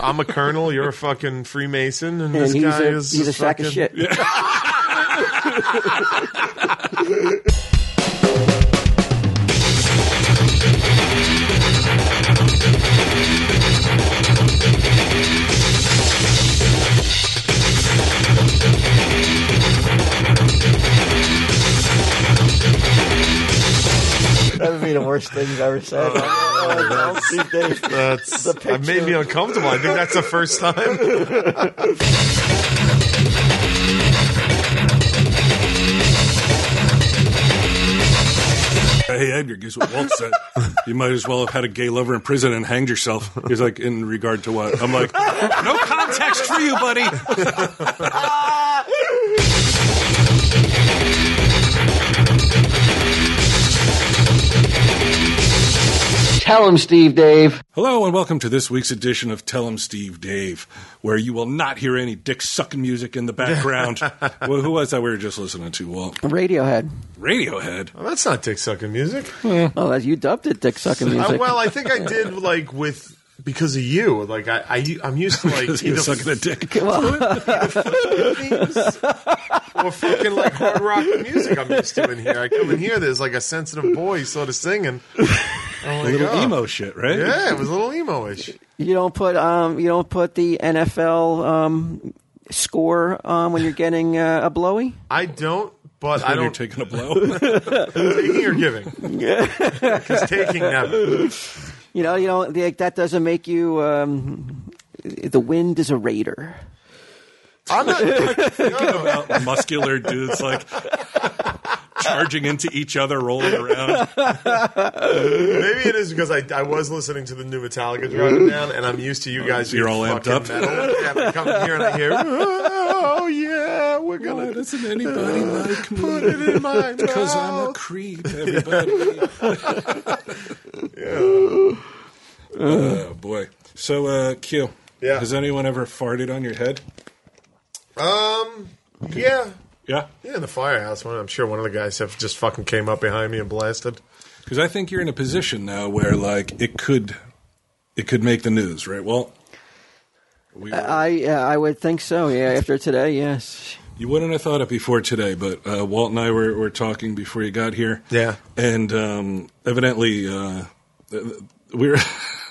I'm a colonel. You're a fucking Freemason, and, and this he's guy a, is he's a just sack of fucking- shit. That would be the worst thing you've ever said. Oh, Steve Dave. That's The that made me picture. uncomfortable. I think that's the first time. Hey, Edgar, guess what Walt said? You might as well have had a gay lover in prison and hanged yourself. He's like, in regard to what? I'm like, no context for you, buddy. Tell him, Steve Dave. Hello, and welcome to this week's edition of Tell 'em Steve Dave, where you will not hear any dick sucking music in the background. well, who was that we were just listening to, Walt? Radiohead. Radiohead. Well, that's not dick sucking music. Oh, that's, you dubbed it dick sucking Uh, music. well, I think I did like with because of you. Like I, I I'm used to like Because he either was sucking a dick. things or fucking like hard rock music I'm used to in here. I come in here, there's like a sensitive boy sort of singing. I'm A like, little oh. emo shit, right? Yeah, it was a little emo-ish. you don't put um, you don't put the NFL um, score on when you're getting uh, a blowy. I don't, but I When you're don't taking a blow. taking or giving. Because taking never. You know, you know like, that doesn't make you. Um, the wind is a raider. I'm not no, About muscular dudes like charging into each other, rolling around. Maybe it is because I, I was listening to the new Metallica driving down, and I'm used to you guys. You're being all amped fucking up. Metal. Yeah, but I come in here and I hear, oh yeah, we're Why gonna doesn't anybody like me? put it in my Because I'm a mouth. creep, everybody. Oh, boy. So, uh, Q. Yeah. Has anyone ever farted on your head? yeah. Yeah. Yeah, in the firehouse. One, I'm sure one of the guys have just fucking came up behind me and blasted. Because I think you're in a position now where, like, it could, it could make the news, right? Well, we, I uh, I would think so. Yeah, after today, yes. you wouldn't have thought it before today, but uh, Walt and I were, were talking before you got here. Yeah. And um, evidently, uh, we were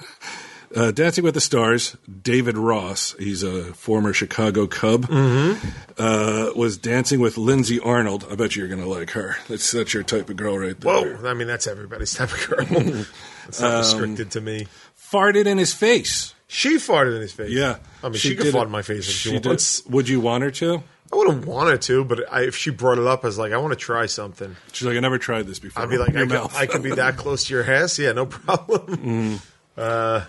uh, Dancing with the Stars. David Ross, he's a former Chicago Cub, Mm-hmm. uh, was dancing with Lindsay Arnold. I bet you're going to like her. That's that's your type of girl right there. Whoa! I mean, that's everybody's type of girl. it's Um, not restricted to me. Farted in his face. She farted in his face. Yeah. I mean, she, could did fart it- in my face if she, did- wants. Would you want her to? I wouldn't want her to, but I, if she brought it up as like, I want to try something, She's like, I never tried this before. I'd be like, Your I could, mouth. I could be that close to your ass. Yeah, no problem. Uh,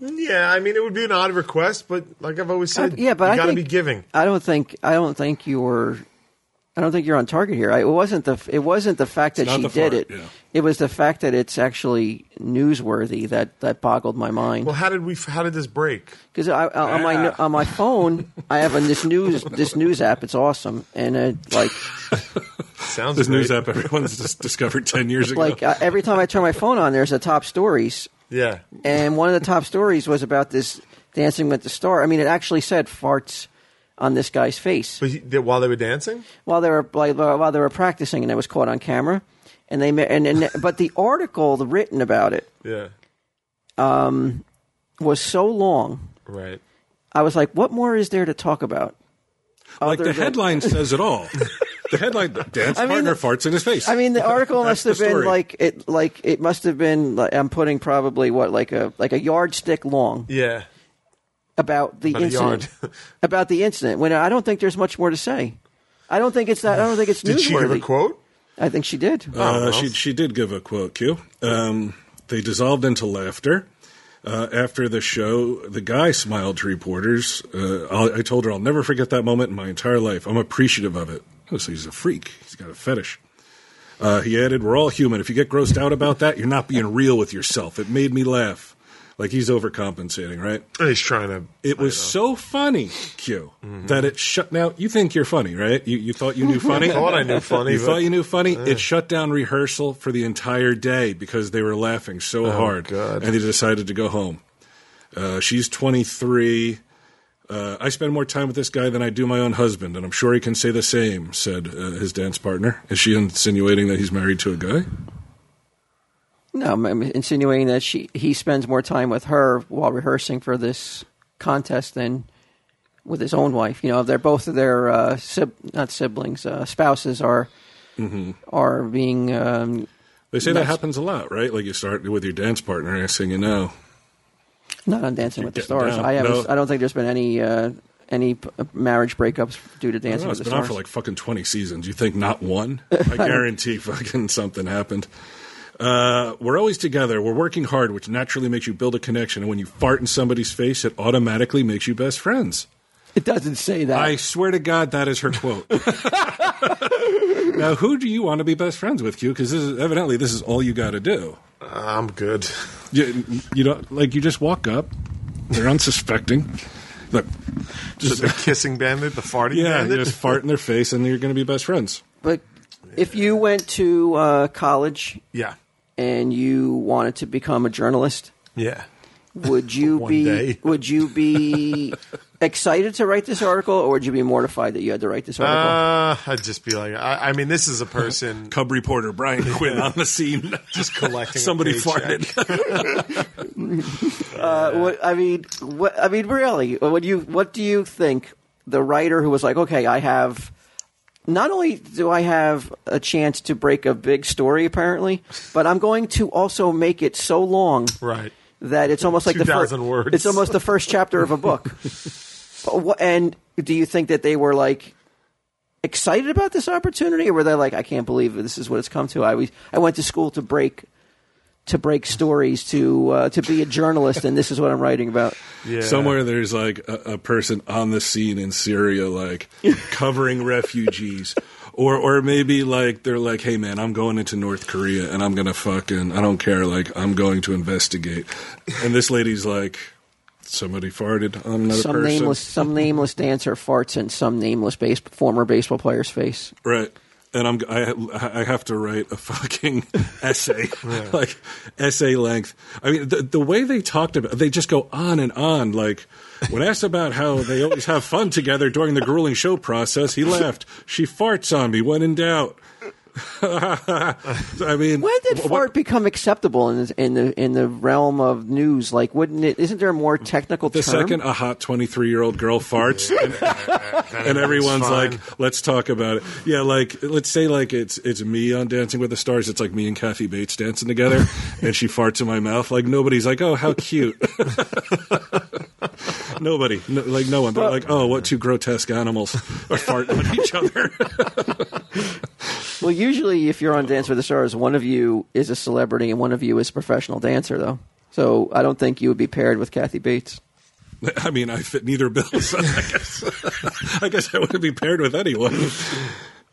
yeah, I mean, it would be an odd request, but like I've always said, I- Uh, yeah, but you I gotta think- be giving. I don't think I don't think you were. I don't think you're on target here. I, it wasn't the it wasn't the fact that not she the did it. fart, yeah. It was the fact that it's actually newsworthy that that boggled my mind. Well, how did we? How did this break? Because I, I, on my on my phone, I have a, this news this news app. It's awesome, and it, like Sounds this great. news app everyone's just discovered ten years ago. like uh, every time I turn my phone on, there's the top stories, Yeah, and one of the top stories was about this Dancing with the Star. I mean, it actually said farts on this guy's face. but he, that while they were dancing, while they were like, while they were practicing, and it was caught on camera. And they ma- and, and but the article the written about it yeah, was so long. right. I was like, what more is there to talk about? Like other the than- headline says it all. The headline: Dance I mean, partner farts in his face. I mean, the article That's must have the been story. like it like it must have been. Like, I'm putting probably what like a like a yardstick long Yeah. about the About a incident yard. about the incident. When I don't think there's much more to say. I don't think it's that. I don't think it's Did newsworthy. she give a quote? I think she did. Uh, she she did give a quote. Q. Um, they dissolved into laughter. Uh, after the show, the guy smiled to reporters. Uh, I'll, I told her I'll never forget that moment in my entire life. I'm appreciative of it. Oh, so he's a freak. He's got a fetish. Uh, he added, "We're all human. If you get grossed out about that, you're not being real with yourself." It made me laugh. Like he's overcompensating, right? He's trying to. It was so funny, Q, Mm-hmm. that it shut. Now you think you're funny, right? You you thought you knew funny. thought I knew funny, You but- thought you knew funny. It shut down rehearsal for the entire day because they were laughing so hard, Oh, God. and they decided to go home. Uh, she's 23. Uh, I spend more time with this guy than I do my own husband, and I'm sure he can say the same, said uh, his dance partner. Is she insinuating that he's married to a guy? No, I'm insinuating that she he spends more time with her while rehearsing for this contest than with his own wife. You know, they're both of their uh, sib- not siblings, uh, spouses are Mm-hmm. are being. Um, They say that happens a lot, right? Like you start with your dance partner, next thing you know. not on Dancing with the You're getting Stars. down. I haven't. No. I don't think there's been any uh, any p- marriage breakups due to I Dancing know, with the it's been on Stars. for like fucking 20 seasons. You think not one? I guarantee fucking something happened. Uh, we're always together. We're working hard, which naturally makes you build a connection. And when you fart in somebody's face, it automatically makes you best friends. it doesn't say that. I swear to God, that is her quote. now, who do you want to be best friends with, Q? Because this is evidently this is all you got to do. I'm good. You, you don't like you just walk up. They're unsuspecting. Look, Just the kissing bandit, the farting yeah, you bandit. just fart in their face, and you're going to be best friends. but if you went to uh, college yeah. and you wanted to become a journalist, Yeah. would you One be day. would you be excited to write this article, or would you be mortified that you had to write this article? Uh, I'd just be like, I, I mean, this is a person Cub reporter Brian Quinn on the scene. just collecting. a Somebody paycheck. farted. Uh, what, I mean, what, I mean, really, what do you what do you think the writer who was like, okay, I have not only do I have a chance to break a big story apparently, but I'm going to also make it so long Right. that it's almost like the 2,000 words. It's almost the first chapter of a book. But wha- and do you think that they were like excited about this opportunity, or were they like, I can't believe this is what it's come to? I was, I went to school to break to break stories to uh, to be a journalist, and this is what I'm writing about. Yeah. Somewhere there's like a, a person on the scene in Syria, like covering refugees. Or, or maybe like they're like, hey man, I'm going into North Korea and I'm gonna fucking I don't care. Like I'm going to investigate. And this lady's like, somebody farted. I'm not Some a person. nameless some nameless dancer farts in some nameless base, former baseball player's face. Right. And I'm I, I have to write a fucking essay, like essay length. I mean, the, the way they talked about, they just go on and on. Like when asked about how they always have fun together during the grueling show process, he laughed. She farts on me when in doubt. I mean, When did wh- what- fart become acceptable in, in the in the realm of news? Like, wouldn't it? Isn't there a more technical the term? second a hot 23 year old girl farts and, and everyone's fine. like let's talk about it yeah like let's say like it's it's me on dancing with the stars it's like me and kathy bates dancing together and she farts in my mouth like nobody's like oh how cute nobody no, like no one they're like oh what two grotesque animals are farting on each other Well, usually, if you're on Dance with the Stars, one of you is a celebrity and one of you is a professional dancer, though. So I don't think you would be paired with Kathy Bates. I mean, I fit neither bill, so I guess I guess I wouldn't be paired with anyone.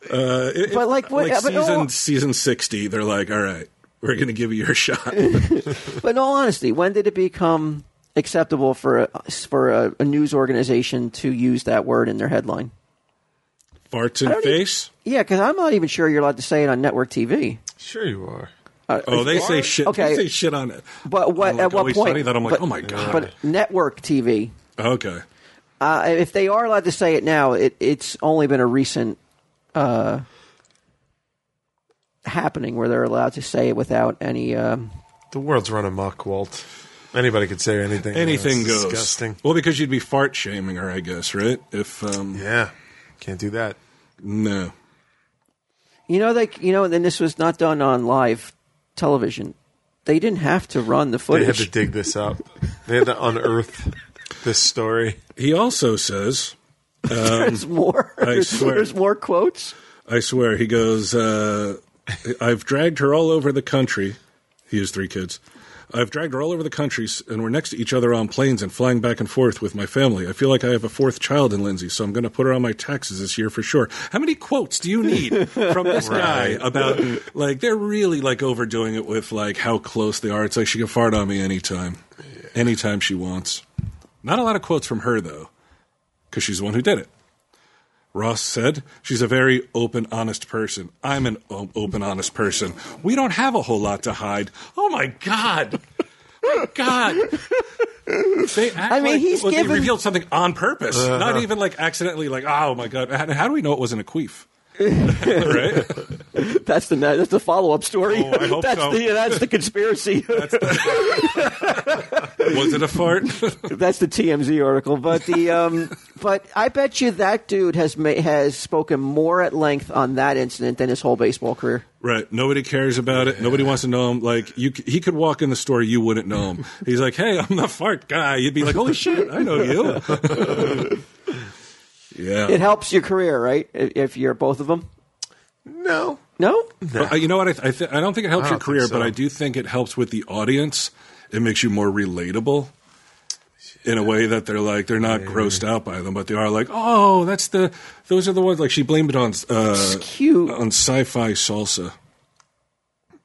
Uh, it- But, like, what- but season all- season sixty, they're like, all right, we're going to give you your shot. But in all honesty, when did it become acceptable for a, for a, a news organization to use that word in their headline? Farts in even- face. Yeah, because I'm not even sure you're allowed to say it on network TV. Sure you are. oh, they say shit. okay. They say shit on it. But what? I'm like, at what Oh, always point? Funny that I'm like, but- oh my god. But network TV. okay. Uh, if they are allowed to say it now, it, it's only been a recent uh, happening where they're allowed to say it without any. Um, The world's run amok, Walt. Anybody could say anything. Anything It's goes. Disgusting. Well, because you'd be fart shaming her, I guess, right? If um, Yeah. Can't do that. no, you know, they you know, and this was not done on live television. They didn't have to run the They had to footage. dig this up. They had to unearth this story. he also says. there's more. there's, swear. there's more quotes. I swear, he goes, uh, I've dragged her all over the country. He has three kids. I've dragged her all over the country, s- and we're next to each other on planes and flying back and forth with my family. I feel like I have a fourth child in Lindsay, so I'm going to put her on my taxes this year for sure. How many quotes do you need from this Right. guy about, like, they're really, like, overdoing it with, like, how close they are. It's like she can fart on me anytime, anytime she wants. Not a lot of quotes from her, though, because she's the one who did it. Ross said, She's a very open, honest person. I'm an o- open, honest person. We don't have a whole lot to hide. Oh my God. My God. They act I mean, like- he's well, they given- revealed something on purpose, not even like accidentally. Like, oh my god, how, how do we know it wasn't a queef? right? That's the that's the follow up story. Oh, I hope that's so. the that's the conspiracy. Was it a fart? That's the TMZ article, but the um, but I bet you that dude has ma- has spoken more at length on that incident than his whole baseball career. right. Nobody cares about it. Nobody wants to know him. Like you, c- he could walk in the store, you wouldn't know him. He's like, hey, I'm the fart guy. You'd be like, holy shit, I know you. yeah. It helps your career, right? If if you're both of them. No. No, But, uh, you know what? I, th- I, th- I don't think it helps I your don't career, think so. but I do think it helps with the audience. It makes you more relatable in a way that they're like they're not grossed out by them, but they are like, oh, that's the those are the ones. Like she blamed it on uh, cute. on sci-fi salsa.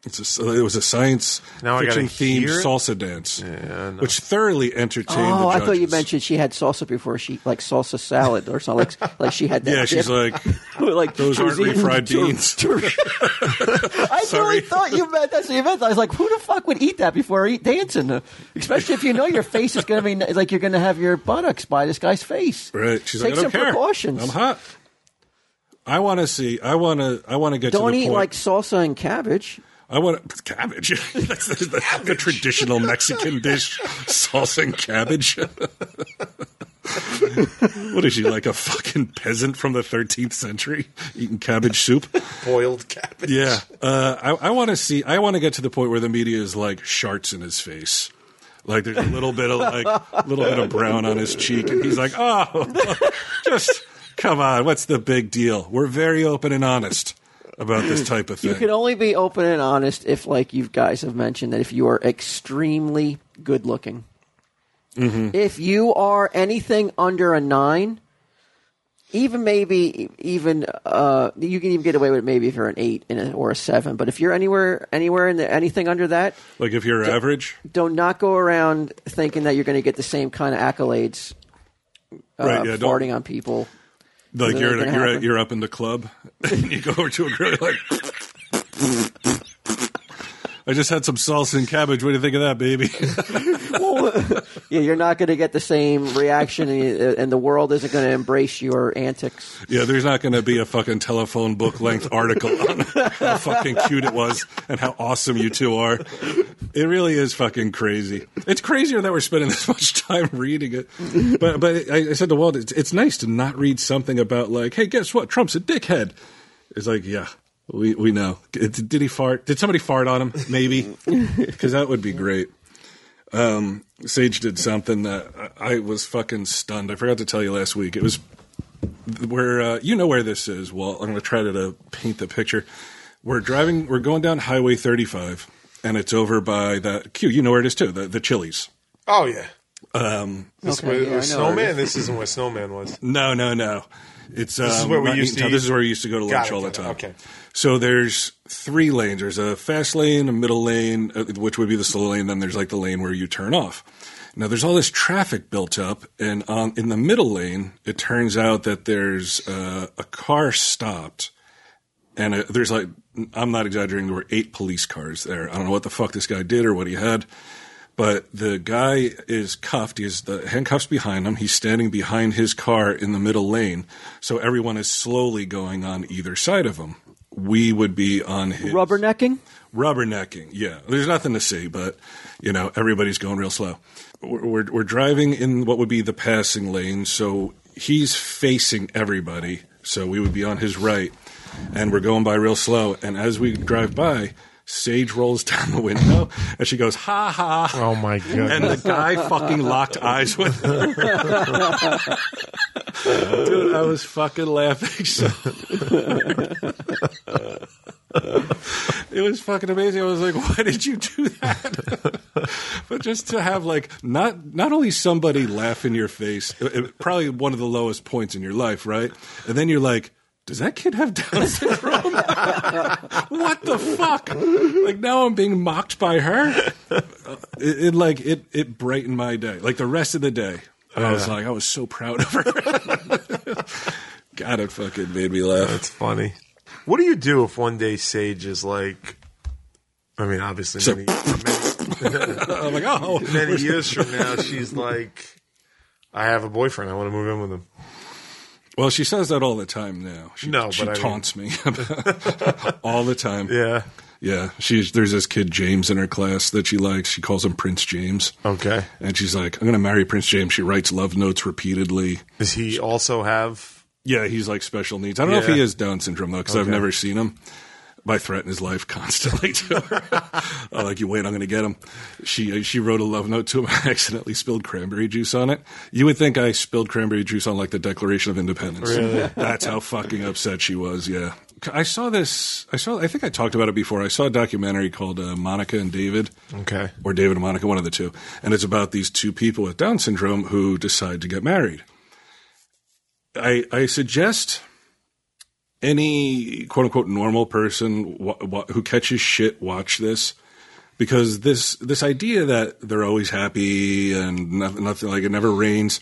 It's a, s- it was a science Now I gotta fiction themed hear it? salsa dance, which thoroughly entertained. the Oh, I thought you judges. mentioned she had salsa before she like salsa salad or something like like she had that. Yeah, she's dip. like, like those she was aren't eating refried tur- beans. tur- I Sorry. really thought you meant that's what you meant. I was like, who the fuck would eat that before eat dancing? Especially if you know your face is going to be like you're going to have your buttocks by this guy's face. right? She's Take like, I don't some care. precautions. I'm hot. I want to see. I want to. I want to get. Don't to the eat point. like salsa and cabbage. I want cabbage. That's the, the, the traditional Mexican dish, salsa and cabbage. what is she like a fucking peasant from the 13th century eating cabbage soup? Boiled cabbage. Yeah, uh, I, I want to see. I want to get to the point where the media is like sharts in his face. Like there's a little bit of like a little bit of brown on his cheek, and he's like, "Oh, just come on, what's the big deal? We're very open and honest about this type of thing." You can only be open and honest if, like you guys have mentioned, that if you are extremely good looking. Mm-hmm. If you are anything under a nine, even maybe even uh, you can even get away with it maybe if you're an eight and a, or a seven. But if you're anywhere anywhere in the, anything under that, like if you're average, do not go around thinking that you're going to get the same kind of accolades uh, Right, yeah, don't- farting on people. Like They're you're gonna at, you're, at, happen. you're up in the club, and you go over to a girl you're like. I just had some salsa and cabbage. What do you think of that, baby? Yeah, you're not going to get the same reaction, and, and the world isn't going to embrace your antics. yeah, there's not going to be a fucking telephone book length article on how fucking cute it was and how awesome you two are. It really is fucking crazy. It's crazier that we're spending this much time reading it. But but I, I said to Walt, it's, it's nice to not read something about like, hey, guess what? Trump's a dickhead. It's like, yeah, we we know. Did did he fart? Did somebody fart on him? Maybe, because that would be great. Um, Sage did something that I, I was fucking stunned. I forgot to tell you last week. It was where uh, you know where this is. Well, I'm going to try to, to paint the picture. We're driving. We're going down Highway 35, and it's over by that Q. You know where it is too. The the Chili's. Oh yeah. Um, This Okay, was yeah, I know where it snowman. This isn't where snowman was. No, no, no. It's um, this is where we used to This eat- is where we used to go to Got lunch it, all the got it, time. okay. So there's three lanes. There's a fast lane, a middle lane, uh, which would be the slow lane. Then there's like the lane where you turn off. Now there's all this traffic built up, and on in the middle lane, it turns out that there's uh, a car stopped, and uh there's like I'm not exaggerating. There were eight police cars there. I don't know what the fuck this guy did or what he had. But the guy is cuffed. He has the handcuffs behind him. He's standing behind his car in the middle lane. So everyone is slowly going on either side of him. We would be on his Rubbernecking? rubbernecking. Yeah, there's nothing to see, but you know everybody's going real slow. We're, we're we're driving in what would be the passing lane, so he's facing everybody. So we would be on his right, and we're going by real slow. And as we drive by, Sage rolls down the window, and she goes, "Ha ha!" Oh my god. and the guy fucking locked eyes with her. Dude, I was fucking laughing. So it was fucking amazing. I was like, "Why did you do that?" but just to have like not not only somebody laugh in your face, it- it- probably one of the lowest points in your life, right? And then you're like. Does that kid have Down syndrome? what the fuck? Like now I'm being mocked by her it, it like it it brightened my day. Like the rest of the day, I was like, I was so proud of her. God, it fucking made me laugh. That's funny. What do you do if one day Sage is like? I mean, obviously, many, many, I'm like, oh, Many years from now, she's like, I have a boyfriend. I want to move in with him. Well, she says that all the time now. She, No, she but I mean- taunts me all the time. Yeah. yeah. She's there's this kid James in her class that she likes. She calls him Prince James, Okay. and she's like, "I'm going to marry Prince James." She writes love notes repeatedly. Does he also have? Yeah, he's like special needs. I don't know if Yeah. he has Down syndrome though, because I've never seen him. But I threaten his life constantly to her. I'm like, you wait, I'm going to get him. She uh, she wrote a love note to him. I accidentally spilled cranberry juice on it. You would think I spilled cranberry juice on like the Declaration of Independence. That's how fucking upset she was. Yeah, I saw this. I saw. I think I talked about it before. I saw a documentary called uh, Monica and David Okay. or David and Monica, one of the two. And it's about these two people with Down syndrome who decide to get married. I, I suggest any quote unquote normal person wa wa who catches shit watch this because this this idea that they're always happy and nothing, nothing like it never rains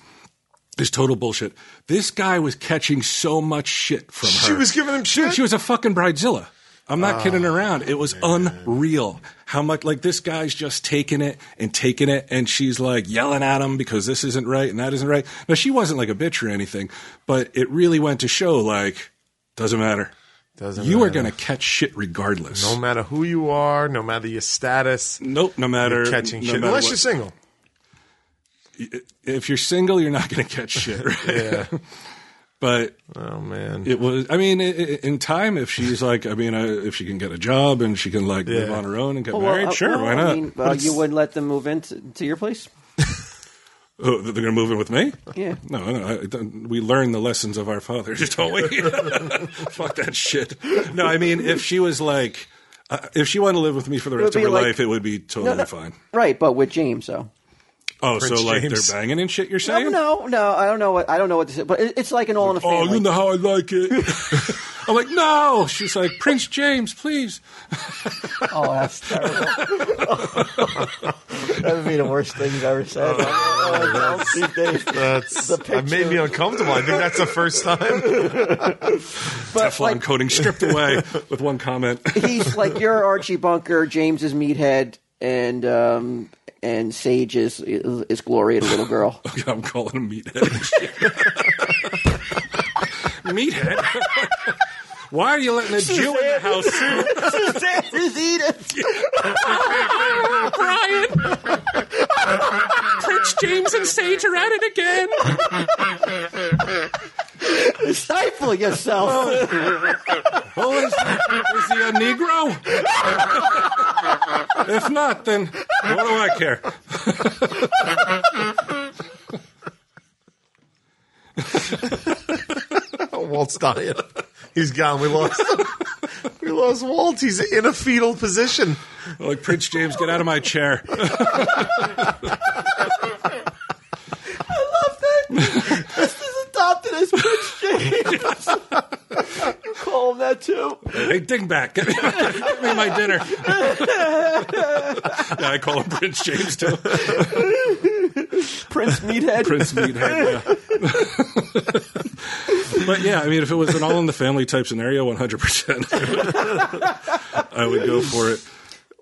is total bullshit. This guy was catching so much shit from her. She was giving him shit? Ah, She was a fucking bridezilla. I'm not kidding around. It was unreal how much like this guy's just taking it and taking it, and she's like yelling at him because this isn't right and that isn't right. Now she wasn't like a bitch or anything, but it really went to show like doesn't matter. Doesn't You are matter. gonna catch shit regardless. No matter who you are, no matter your status, nope, no matter you're catching no shit. matter Unless what. you're single. if you're single, you're not gonna catch shit. Right? Yeah. But Oh man. It was. I mean, i- i- in time, if she's like, I mean, uh, if she can get a job and she can like live Yeah. on her own and get Well, well, married, uh, sure, well, why not? I mean, well, you wouldn't let them move into to your place. Oh, they're going to move in with me? Yeah. No, no. I, don't- we learn the lessons of our fathers, don't we? Fuck that shit. No, I mean, if she was like, uh, if she wanted to live with me for the rest would of be her like- life, it would be totally fine. Right, but with James though. Oh, Prince so like James. they're banging and shit. You're No, saying? no, no. I don't know what I don't know what this is, but it, it's like an all in a Oh, family. you know how I like it. I'm like, no. She's like, Prince James, please. Oh, that's terrible. that would be the worst thing you've ever said. Oh, God. These days. That's The picture. it made me uncomfortable. I think that's the first time. but Teflon like coating stripped away with one comment. he's like your Archie Bunker, James is Meathead, and um and Sage is is Gloria, the little girl. I'm calling him meathead. meathead. Why are you letting a Jew in the house, is Edith. Brian? Prince James and Sage are at it again. Stifle yourself. Oh, is, is he a Negro? if not, then what do I care? Oh, Walt's dying. He's gone. We lost. we lost Walt. He's in a fetal position. Like Prince James, get out of my chair. He's adopted as Prince James. you call him that too? Hey, dingbat, get me, get me my dinner. yeah, I call him Prince James too. Prince Meathead. Prince Meathead. Yeah. but yeah, I mean, if it was an all in the family type scenario, one hundred percent, I would go for it.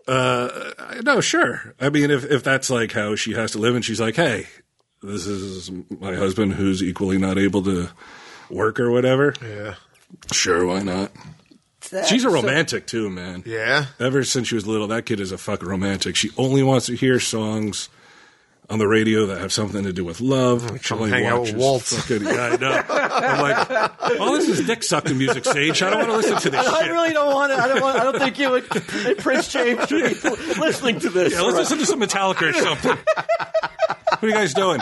Uh, no, sure. I mean, if if that's like how she has to live, and she's like, "Hey, this is my husband who's equally not able to work or whatever." Yeah. Sure, why not? That- She's a so- romantic too, man. Yeah. Ever since she was little, that kid is a fuck romantic. She only wants to hear songs on the radio that have something to do with love. She only hang out with watches Walt. Fucking, yeah, I know. I'm like, all this is dick sucking music, Sage. I don't want to listen to this I shit. really don't want to. I don't want. I don't think you would. Prince James should be listening to this. Yeah, let's listen to some Metallica or something. what are you guys doing?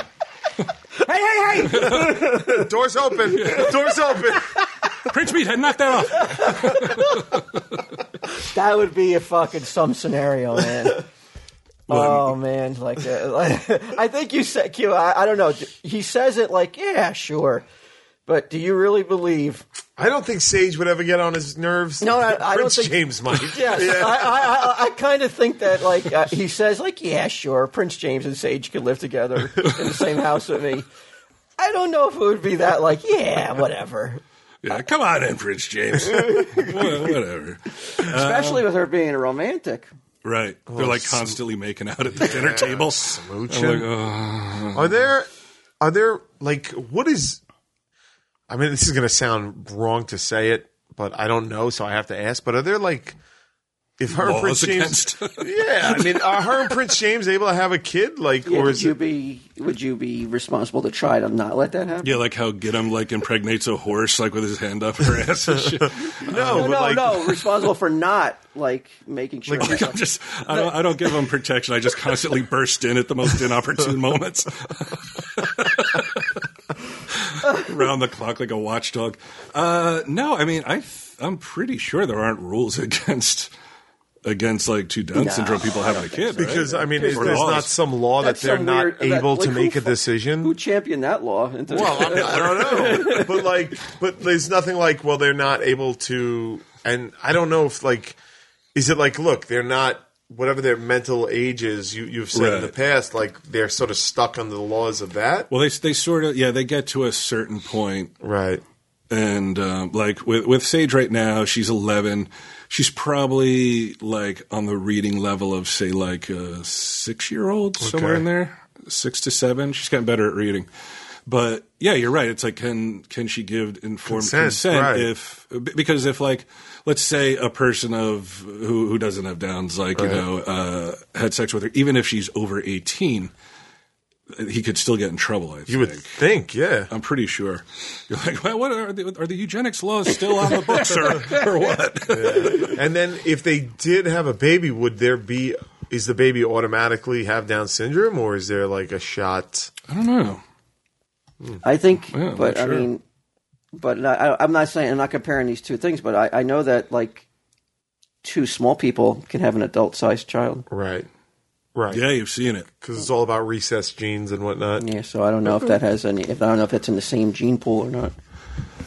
Hey, hey, hey! Doors open. Doors open. Prince Meathead, knock that off. That would be a fucking some scenario, man. oh man, like, uh, like- I think you said Q. I, I don't know. He says it like, yeah, sure, but do you really believe? I don't think Sage would ever get on his nerves. No, I- I don't Prince think- James might. Yes, I, I, I, I kind of think that like uh, he says like, yeah, sure, Prince James and Sage could live together in the same house with me. I don't know if it would be that like, yeah, whatever. Yeah, come on in, Prince James. Wha- Whatever. Uh, Especially with her being a romantic. Right. They're like sm- constantly making out at the dinner table. Smooching. I'm like, "Oh, "Ugh." Are there are there like what is I mean this is going to sound wrong to say it, but I don't know so I have to ask, but are there like if her and Prince Laws James against- Yeah, I mean are her and Prince James able to have a kid like Yeah, or would is you it be would you be responsible to try to not let that happen? yeah, like how Gidim like impregnates a horse like with his hand up her ass and shit. No, No, but no, like no. Responsible for not like making sure. Like, Like, I'm just, I don't, I don't give them protection. I just constantly burst in at the most inopportune moments. Round the clock like a watchdog. Uh, no, I mean, I, th- I'm pretty sure there aren't rules against, against like two Down syndrome people having a kid. right? because I mean is Or there's laws. not some law That's that they're some not weird- that- able like, to who make a fu- decision? who championed that law? Into Well, I, mean, I don't know, but like, but there's nothing like. Well, they're not able to, and I don't know if like, is it like, look, they're not whatever their mental age is. You you've said in the Right. past, like they're sort of stuck under the laws of that, Well, they, they sort of, yeah, they get to a certain point right? and um, like with with Sage right now, she's eleven. She's probably like on the reading level of say like a six year old somewhere Okay. in there, six to seven. She's gotten better at reading, but yeah, you're right. It's like can can she give informed Consent, consent, right. if b- because if like let's say a person of who who doesn't have Downs like you know uh, had sex with her, even if she's over eighteen, he could still get in trouble. I think. You would think, yeah. I'm pretty sure. You're like, well, what are the, are the eugenics laws still on the books or, or what? And then if they did have a baby, would there be? Is the baby automatically have Down syndrome, or is there like a shot? I don't know. I think, Yeah, but sure. I mean, but not- I, I'm not saying I'm not comparing these two things, but I, I know that like two small people can have an adult-sized child. Right, right. Yeah, you've seen it. because it's all about recessed genes and whatnot. Yeah, so I don't know if that has any. If I don't know if that's in the same gene pool or not.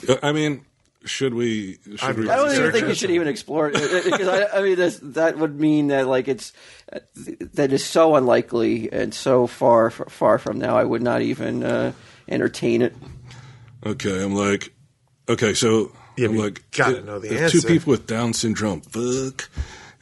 Uh, I mean, should we? Should I'm- we I I don't research even think it? you should even explore it because I, I mean that's, that would mean that like it's that is so unlikely and so far far from now. I would not even uh, entertain it. Okay, I'm like, okay, so Yeah, I'm but you like, gotta if- know the if answer. Two people with Down syndrome, fuck,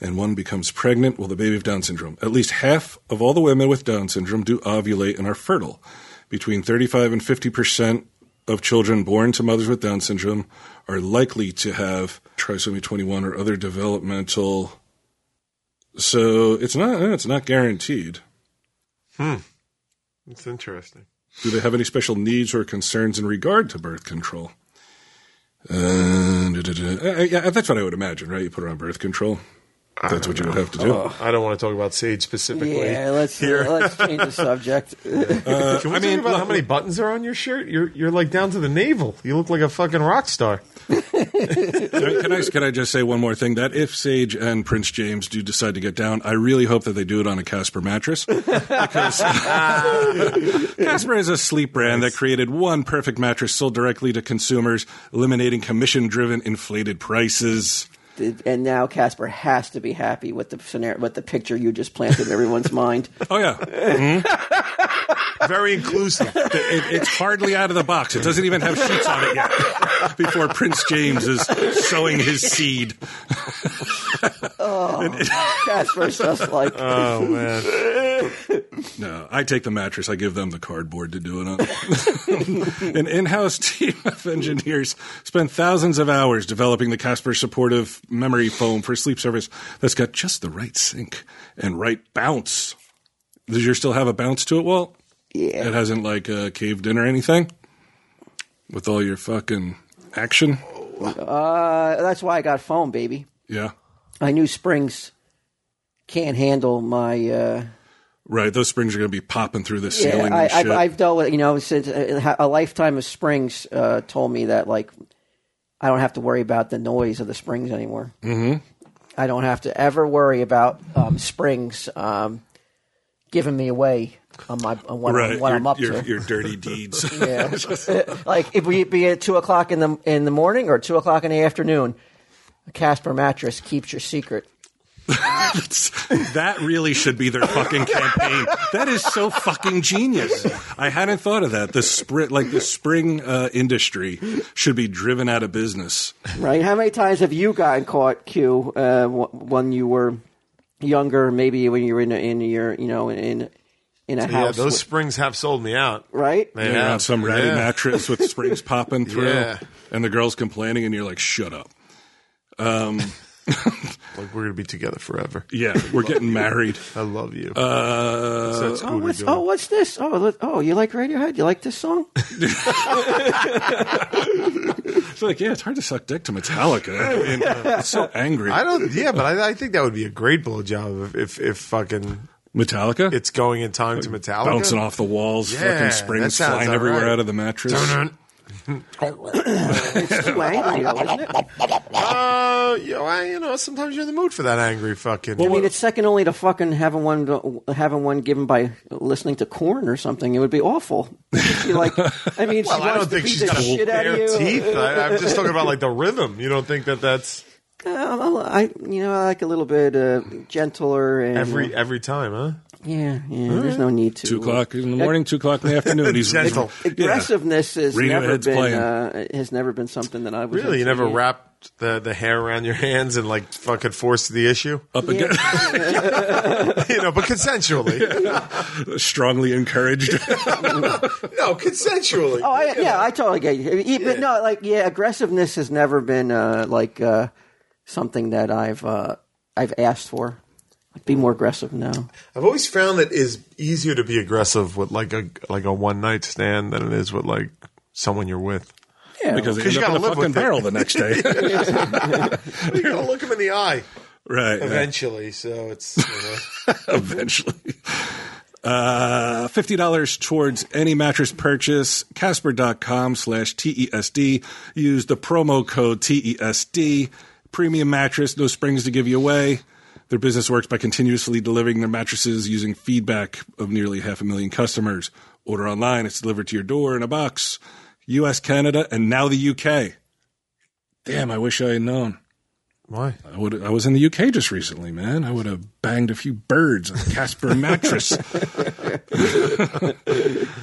and one becomes pregnant. Well, the baby of Down syndrome. At least half of all the women with Down syndrome do ovulate and are fertile. Between 35 and 50 percent of children born to mothers with Down syndrome are likely to have trisomy 21 or other developmental. So it's not it's not guaranteed. It's interesting. Do they have any special needs or concerns in regard to birth control? Uh, duh, duh, duh. Uh, yeah, that's what I would imagine, right? You put her on birth control. That's what you would have to do. I don't want to talk about Sage specifically. Yeah, let's let's change the subject. Uh, Can we I mean, talk about how look, many buttons are on your shirt? You're you're like down to the navel. You look like a fucking rock star. can, can I, can I just say one more thing? That if Sage and Prince James do decide to get down, I really hope that they do it on a Casper mattress. Because Casper is a sleep brand that created one perfect mattress sold directly to consumers, eliminating commission driven inflated prices. and now Casper has to be happy with the scenario, with the picture you just planted in everyone's mind. Oh, yeah. Very inclusive. it, it's hardly out of the box. It doesn't even have sheets on it yet. Before Prince James is sowing his seed. Casper's just like oh man. No, Uh, I take the mattress. I give them the cardboard to do it on. An in-house team of engineers spent thousands of hours developing the Casper supportive memory foam for sleep service that's got just the right sink and right bounce. Does yours still have a bounce to it, Walt? yeah. It hasn't like uh, caved in or anything with all your fucking action. Uh, that's why I got foam, baby. Yeah. I knew springs can't handle my. Uh, Right, those springs are going to be popping through the ceiling Yeah, I, and shit. I've, I've dealt with you know since uh, a lifetime of springs uh, told me that like I don't have to worry about the noise of the springs anymore. Mm-hmm. I don't have to ever worry about um, springs um, giving me away on my on what, right, I'm, what your, I'm up your, to. your dirty deeds. Yeah. like if we be at two o'clock in the in the morning or two o'clock in the afternoon, a Casper mattress keeps your secret. that really should be their fucking campaign. That is so fucking genius. I hadn't thought of that. The spri- like the spring uh, industry should be driven out of business. Right? How many times have you gotten caught, Q, uh, wh- when you were younger, maybe when you were in, a, in your, you know, in in a Yeah, house, those with- springs have sold me out. right? They You're have. on some ratty Yeah. mattress with springs popping through, Yeah. and the girl's complaining, and you're like, "Shut up." Like we're gonna be together forever. Yeah, we're getting married. I love you. Uh, That's Oh, Scooby what's Doo. oh, what's this? Oh, let, oh, you like Radiohead? You like this song? it's like, yeah, it's hard to suck dick to Metallica. I mean, it's so angry. I don't. Yeah, but I, I think that would be a great blowjob if, if if fucking Metallica, it's going in time to Metallica. bouncing off the walls, Yeah, fucking that springs sounds flying all everywhere right. out of the mattress. Dun-dun. It's too angry, though, isn't it? Uh, you know, I, you know, sometimes you're in the mood for that angry fucking. I mean, it's second only to fucking having one having one given by listening to corn or something. It would be awful. She'd be like, I mean, well, she I wants don't to think beat she's the got shit out of bare you. teeth. I, I'm just talking about like the rhythm. You don't think that that's Uh, I, you know, I like a little bit uh, gentler and every every time, huh? yeah, yeah. There's no need to Two o'clock in the morning, two o'clock in the afternoon. He's Gentle. aggressiveness has Radiohead's never been playing. uh, has never been something that I was Really, you into. never Yeah. wrapped the the hair around your hands and like fucking forced the issue. up again, you know, but consensually. strongly encouraged. Oh, no, consensually. Oh, I, yeah, I totally get you. E- But no, like, yeah, aggressiveness has never been uh, like uh, something that I've uh, I've asked for. Like, be more aggressive now. I've always found that it's easier to be aggressive with like a like a one night stand than it is with like someone you're with. Yeah, because they Because end you up gotta live in a fucking with it. barrel the next day. You gotta look him in the eye right. yeah. eventually. So it's you know. eventually. Uh, $50 towards any mattress purchase, casper.com slash TESD. Use the promo code TESD. Premium mattress, no springs to give you away. Their business works by continuously delivering their mattresses using feedback of nearly half a million customers. Order online, it's delivered to your door in a box. US, Canada, and now the UK. Damn, I wish I had known. why I would. I was in the UK just recently, man. I would have banged a few birds on a Casper mattress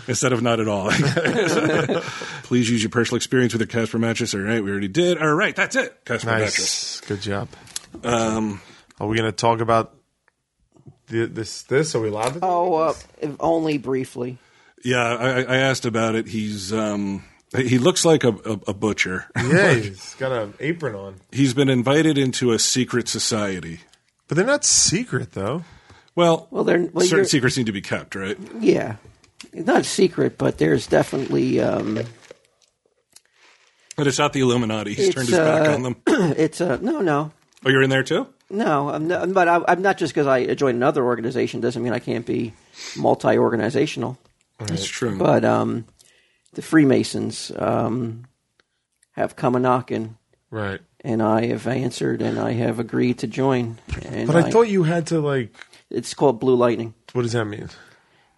instead of not at all. Please use your personal experience with a Casper mattress. All right, we already did. All right, that's it. Casper nice mattress. good job. Um, Are we gonna talk about the, this this? Are we allowed to? Oh, uh, if only briefly. yeah, I, I asked about it. He's um, he looks like a, a, a butcher. Yeah, he's got an apron on. He's been invited into a secret society. But they're not secret though. Well, Well, they're well, certain you're- secrets need to be kept, right? Yeah, not secret, but there's definitely um, But it's not the Illuminati. He's It's, turned his back uh, on them. it's a no, no, Oh, you're in there too. no. I'm not, but I, I'm not just because I joined another organization doesn't mean I can't be multi-organizational. That's true. But um, the Freemasons um, have come a knocking, Right. and I have answered, and I have agreed to join. And But I thought you had to like. it's called Blue Lightning. What does that mean?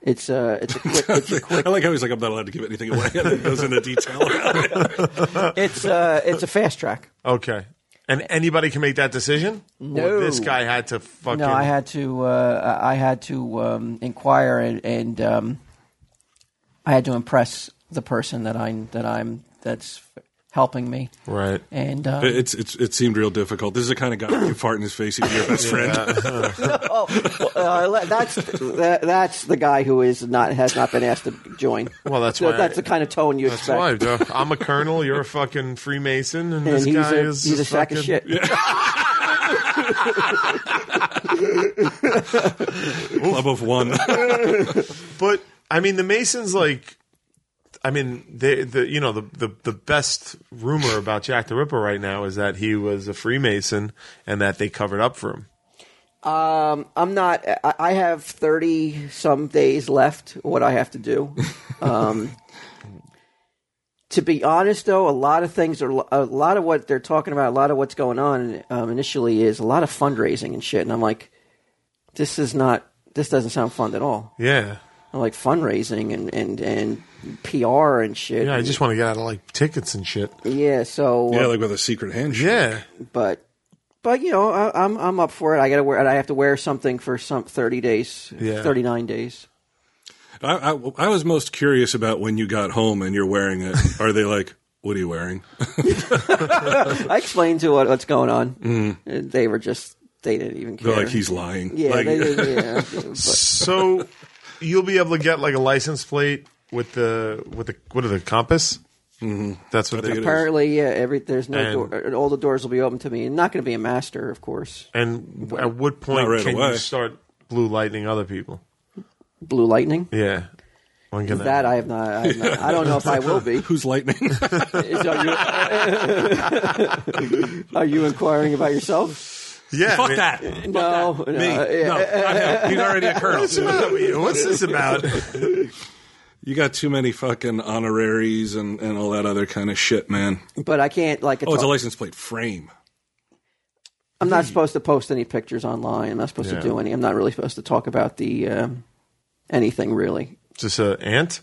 It's a it's a quick it's a quick I like how he's like, I'm not allowed to give anything away. And then goes into detail. about it. it's a it's a fast track. Okay. And anybody can make that decision. No. Or this guy had to fucking. No, I had to. Uh, I had to um, inquire and, and um, I had to impress the person that I that I'm that's helping me. Right. And um, it's, it's, it seemed real difficult. This is the kind of guy you fart in his face, he'd be your best friend. oh, uh, le- that's that, that's the guy who is not has not been asked to join. Well, that's That- why that's I- the kind of tone you That's expect. why duh. I'm a colonel. You're a fucking Freemason, and, And this he's guy a, is he's a just sack of fucking- shit. Club of one. But I mean, the Masons like. I mean, they, the you know the, the the best rumor about Jack the Ripper right now is that he was a Freemason and that they covered up for him. Um, I'm not. I, I have thirty some days left. What I have to do. Um, to be honest, though, a lot of things are a lot of what they're talking about. A lot of what's going on um, initially is a lot of fundraising and shit. And I'm like, this is not. This doesn't sound fun at all. Yeah, I like fundraising and and and PR and shit. yeah. I just want to get out of like tickets and shit. Yeah, So. Yeah, uh, like with a secret handshake. Yeah, but. But you know, I, I'm I'm up for it. I got to wear. I have to wear something for some thirty days, Yeah. thirty nine days. I, I, I was most curious about when you got home and you're wearing it. Are they like, what are you wearing? I explained to what, what's going on. Uh, They were just they didn't even care. Mm-hmm. They're like, he's lying. yeah, Like- they didn't, yeah. But So you'll be able to get like a license plate with the with the what are the compass? Mm-hmm. That's what they do. apparently, yeah, every there's no And- door. and All the doors will be open to me. And not going to be a master, of course. And at what point Not right can away. you start blue lightning other people? Blue lightning. Yeah, when can That I have not. I, have not, I don't know if I will be. Who's lightning? Is- are, you, are you inquiring about yourself? Yeah, I Fuck mean, that. No, no, Me. Uh, yeah. No, not him. He's already a colonel. What's the matter with you? What's this about? You got too many fucking honoraries and, and all that other kind of shit, man. But I can't like. Oh, it's a license plate frame. I'm not supposed to post any pictures online. I'm not supposed Yeah. to do any. I'm not really supposed to talk about the um, anything really. Just a ant?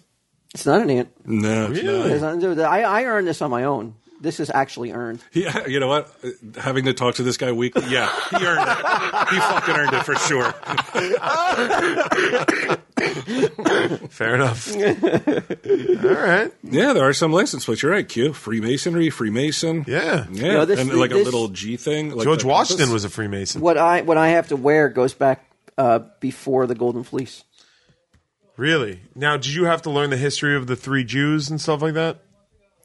It's not an ant. No, it's Really? not. It has nothing to do with it. I, I earned this on my own. This is actually earned. He, you know what? Uh, Having to talk to this guy weekly, yeah, he earned it. he fucking earned it for sure. Fair enough. All right. Yeah, there are some license plates. You're right, Q. Freemasonry, Freemason. Yeah. Yeah, You know, this- and like a this- little G thing. Like George the compass. Washington was a Freemason. What I what I have to wear goes back uh, before the Golden Fleece. Really? Now, did you have to learn the history of the three Jews and stuff like that?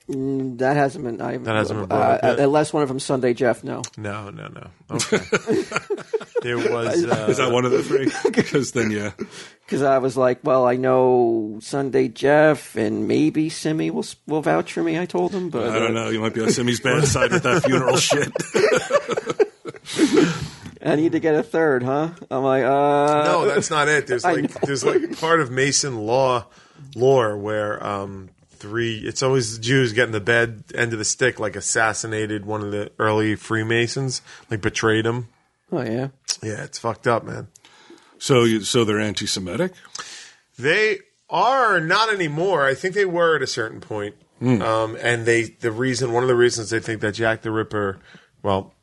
That hasn't been. I, that hasn't been brought uh, up yet. unless one of them Sunday Jeff. No. No, no, no. Okay. there was. Uh, Is that one of the three? Because then, yeah, because I was like, well, I know Sunday Jeff and maybe Simi will will vouch for me. I told him, but Uh, I don't know. You might be on Simmy's bad side with that funeral shit. I need to get a third, huh? I'm like, uh, no, that's not it. There's I like know. there's like part of Mason law lore where um three it's always the Jews getting the bad end of the stick like assassinated one of the early Freemasons, like betrayed him. oh yeah, Yeah, it's fucked up, man. So, you, so they're anti-Semitic. They are not anymore. I think they were at a certain point. Um, and they the reason one of the reasons they think that Jack the Ripper, well,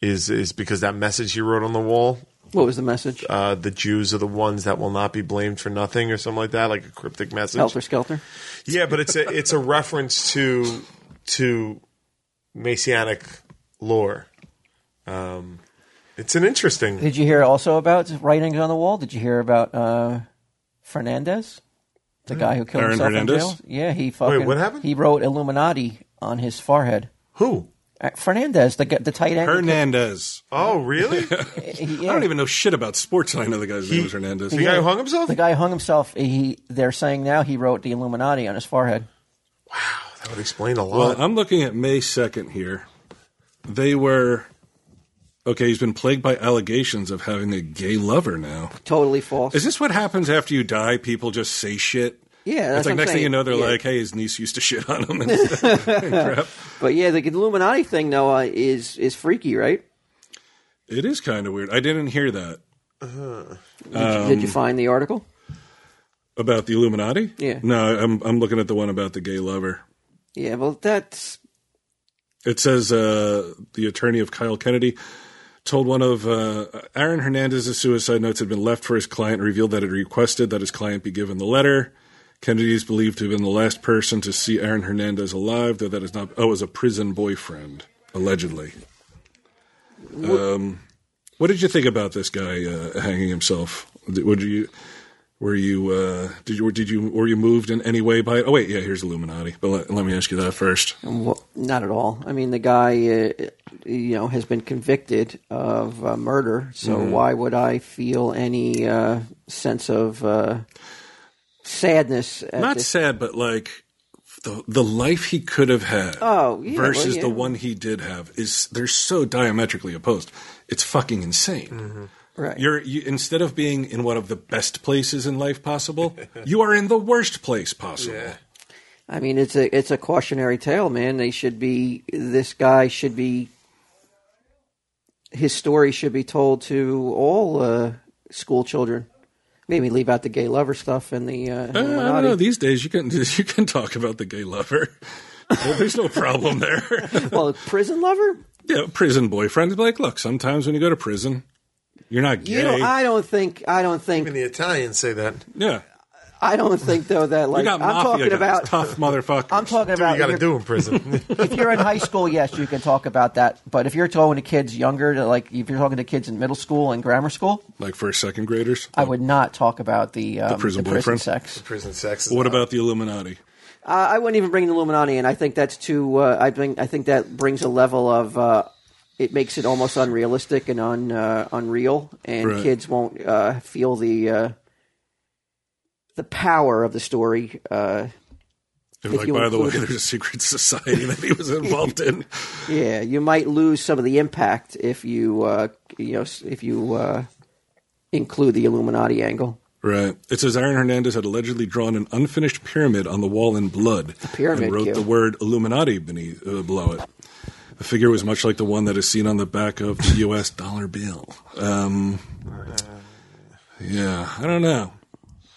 is is because that message he wrote on the wall. what was the message? Uh, the Jews are the ones that will not be blamed for nothing, or something like that, like a cryptic message. Helter Skelter. Yeah, but it's a it's a reference to to messianic lore. Um, it's an interesting. Did you hear also about writings on the wall? Did you hear about uh, Fernandez, the guy who killed Aaron himself Hernandez? in jail? Yeah, he fucking. what happened? He wrote Illuminati on his forehead. Who? Uh, Fernandez, the gu- the tight end. Hernandez. Oh, really? He- I don't yeah. even know shit about sports, and I know the guy's name is Hernandez. the guy who hung himself? The guy hung himself. He they're saying now he wrote the Illuminati on his forehead. That would explain a lot. Well, I'm looking at May 2nd here. They were okay. He's been plagued by allegations of having a gay lover now. Totally false. Is this what happens after you die? People just say shit. Yeah, it's that's like what I'm next thing saying. you know, they're Yeah. like, "Hey, his niece used to shit on him." And stuff. Crap. But yeah, the Illuminati thing though uh, is is freaky, right? It is kind of weird. I didn't hear that Did Um, you find the article? about the Illuminati. Yeah. No, I'm I'm looking at the one about the gay lover. Yeah, well, that's It says uh, the attorney of Kyle Kennedy told one of uh, Aaron Hernandez's suicide notes had been left for his client and revealed that it requested that his client be given the letter. Kennedy is believed to have been the last person to see Aaron Hernandez alive, though that is not. Oh, it was a prison boyfriend, allegedly. Um, what did you think about this guy uh, hanging himself? Did- Would you? Were you uh, did you did you were you moved in any way by it? Oh wait, yeah, here's Illuminati. But let, let me ask you that first. well, not at all. I mean, the guy, uh, you know, has been convicted of uh, murder, so Mm-hmm. why would I feel any uh, sense of uh, sadness? At not this? sad, but like the the life he could have had Oh, yeah, well, versus yeah. the one he did have is they're so diametrically opposed. It's fucking insane. Mm-hmm. Right. You're you, instead of being in one of the best places in life possible, you are in the worst place possible. I mean, it's a it's a cautionary tale, man. They should be. This guy should be. His story should be told to all uh, school children. Maybe leave out the gay lover stuff and the uh, Uh, I don't know. Illuminati. These days, you can you can talk about the gay lover. There's no problem there. well, prison lover. yeah, prison boyfriend. Like, look, sometimes when you go to prison, you're not gay. You know, I don't think. I don't Even think. the Italians say that. yeah. I don't think though that We like got I'm mafia talking guys, about tough motherfuckers. I'm talking That's what about you got to your- do in prison. if you're in high school, yes, you can talk about that. But if you're talking to kids younger, to, like if you're talking to kids in middle school and grammar school, like first second graders. I would not talk about the, um, prison the prison boyfriend. sex. prison sex. Is What not- about the Illuminati? Uh, I wouldn't even bring the Illuminati in. I think that's too. Uh, I think I think that brings a level of. Uh, it makes it almost unrealistic and un uh, unreal, and Right. kids won't uh, feel the uh, the power of the story. Uh, And If like, you by the way, include- there's a secret society that he was involved in. yeah, you might lose some of the impact if you uh, you know s- if you uh, include the Illuminati angle. Right. It says Aaron Hernandez had allegedly drawn an unfinished pyramid on the wall in blood pyramid, and wrote Q. the word Illuminati beneath, uh, below it. The figure was much like the one that is seen on the back of the U.S. dollar bill. Um, yeah, I don't know.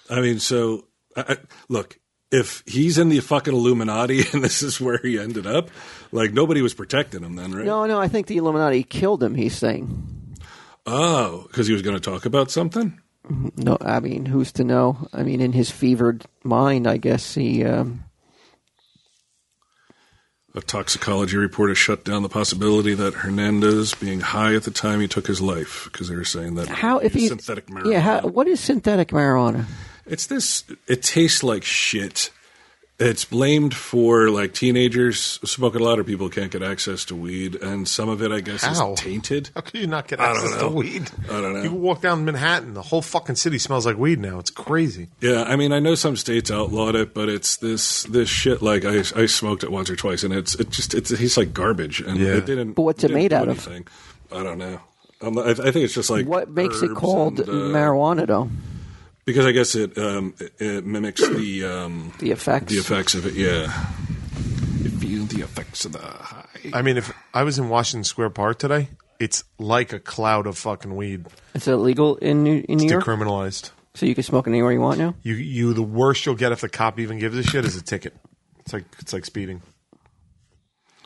I mean, so I, I, look, if he's in the fucking Illuminati and this is where he ended up, like nobody was protecting him then, right? No, no, I think the Illuminati killed him. He's saying. Oh, because he was going to talk about something. No, I mean, who's to know? I mean, in his fevered mind, I guess he. Um, A toxicology report has shut down the possibility that Hernandez being high at the time he took his life because they were saying that how if he he used synthetic marijuana. Yeah, how, what is synthetic marijuana? it's this. It tastes like shit. It's blamed for like teenagers smoking. A lot of people can't get access to weed, and some of it, I guess, How? is tainted. How could you not get I don't access know. to weed? I don't know. You walk down Manhattan, the whole fucking city smells like weed now. It's crazy. Yeah, I mean, I know some states outlawed it, but it's this this shit. Like I, I smoked it once or twice, and it's it just it's it tastes like garbage, and Yeah. it didn't. But what's it didn't made do out of? anything. I don't know. I'm not, I, I think it's just like What makes it herbs called and, uh, marijuana, though? Because I guess it um, it, it mimics the um, The effects. the effects of it. Yeah, you feel the effects of the high. I mean, if I was in Washington Square Park today, it's like a cloud of fucking weed. Is it illegal in New, in New York? Decriminalized. so you can smoke it anywhere you want now. You, you. The worst you'll get if the cop even gives a shit is a ticket. It's like it's like speeding.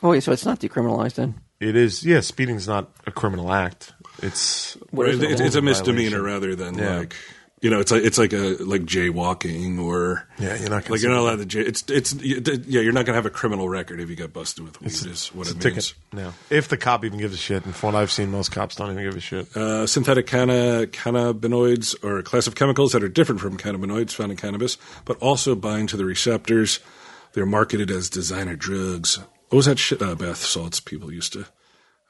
Oh, wait, so it's not decriminalized then? It is. Yeah, speeding's not a criminal act. It's Right, it- it's, a violation. misdemeanor rather than Yeah. like you know it's like it's like a like jaywalking or Yeah, you're not like you're not allowed to jay. It's it's yeah you're not gonna have a criminal record if you get busted with weed is what it means. ticket now. If the cop even gives a shit, and from what I've seen, most cops don't even give a shit. Uh, synthetic canna- cannabinoids are a class of chemicals that are different from cannabinoids found in cannabis, but also bind to the receptors. They're marketed as designer drugs. What was that shit? Uh, bath salts people used to.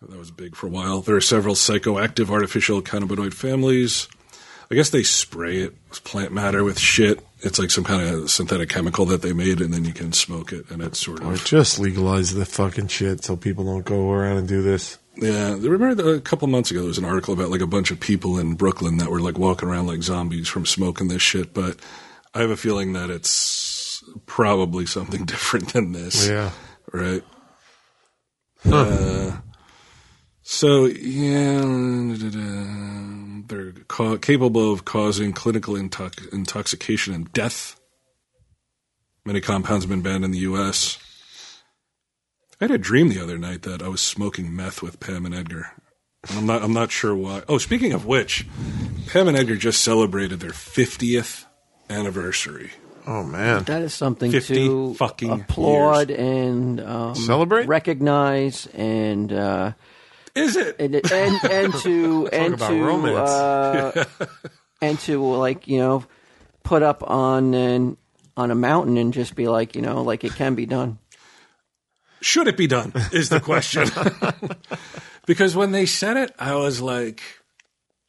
That was big for a while. There are several psychoactive artificial cannabinoid families. I guess they spray it with plant matter with shit. It's like some kind of synthetic chemical that they made, and then you can smoke it, and it's sort Or of just legalize the fucking shit so people don't go around and do this. Yeah, remember the, a couple months ago there was an article about like a bunch of people in Brooklyn that were like walking around like zombies from smoking this shit. But I have a feeling that it's probably something different than this. Yeah. Right. Uh, so yeah, da-da-da. they're ca- capable of causing clinical intox- intoxication and death. Many compounds have been banned in the U.S. I had a dream the other night that I was smoking meth with Pam and Edgar. And I'm not. I'm not sure why. Oh, speaking of which, Pam and Edgar just celebrated their 50th anniversary. Oh man. That is something 50 to fucking applaud and um, Celebrate? recognize, and uh, Is it? and and, and to and about to romance. uh, and to like you know put up on an on a mountain and just be like you know like it can be done. Should it be done? Is the question. because when they said it, I was like,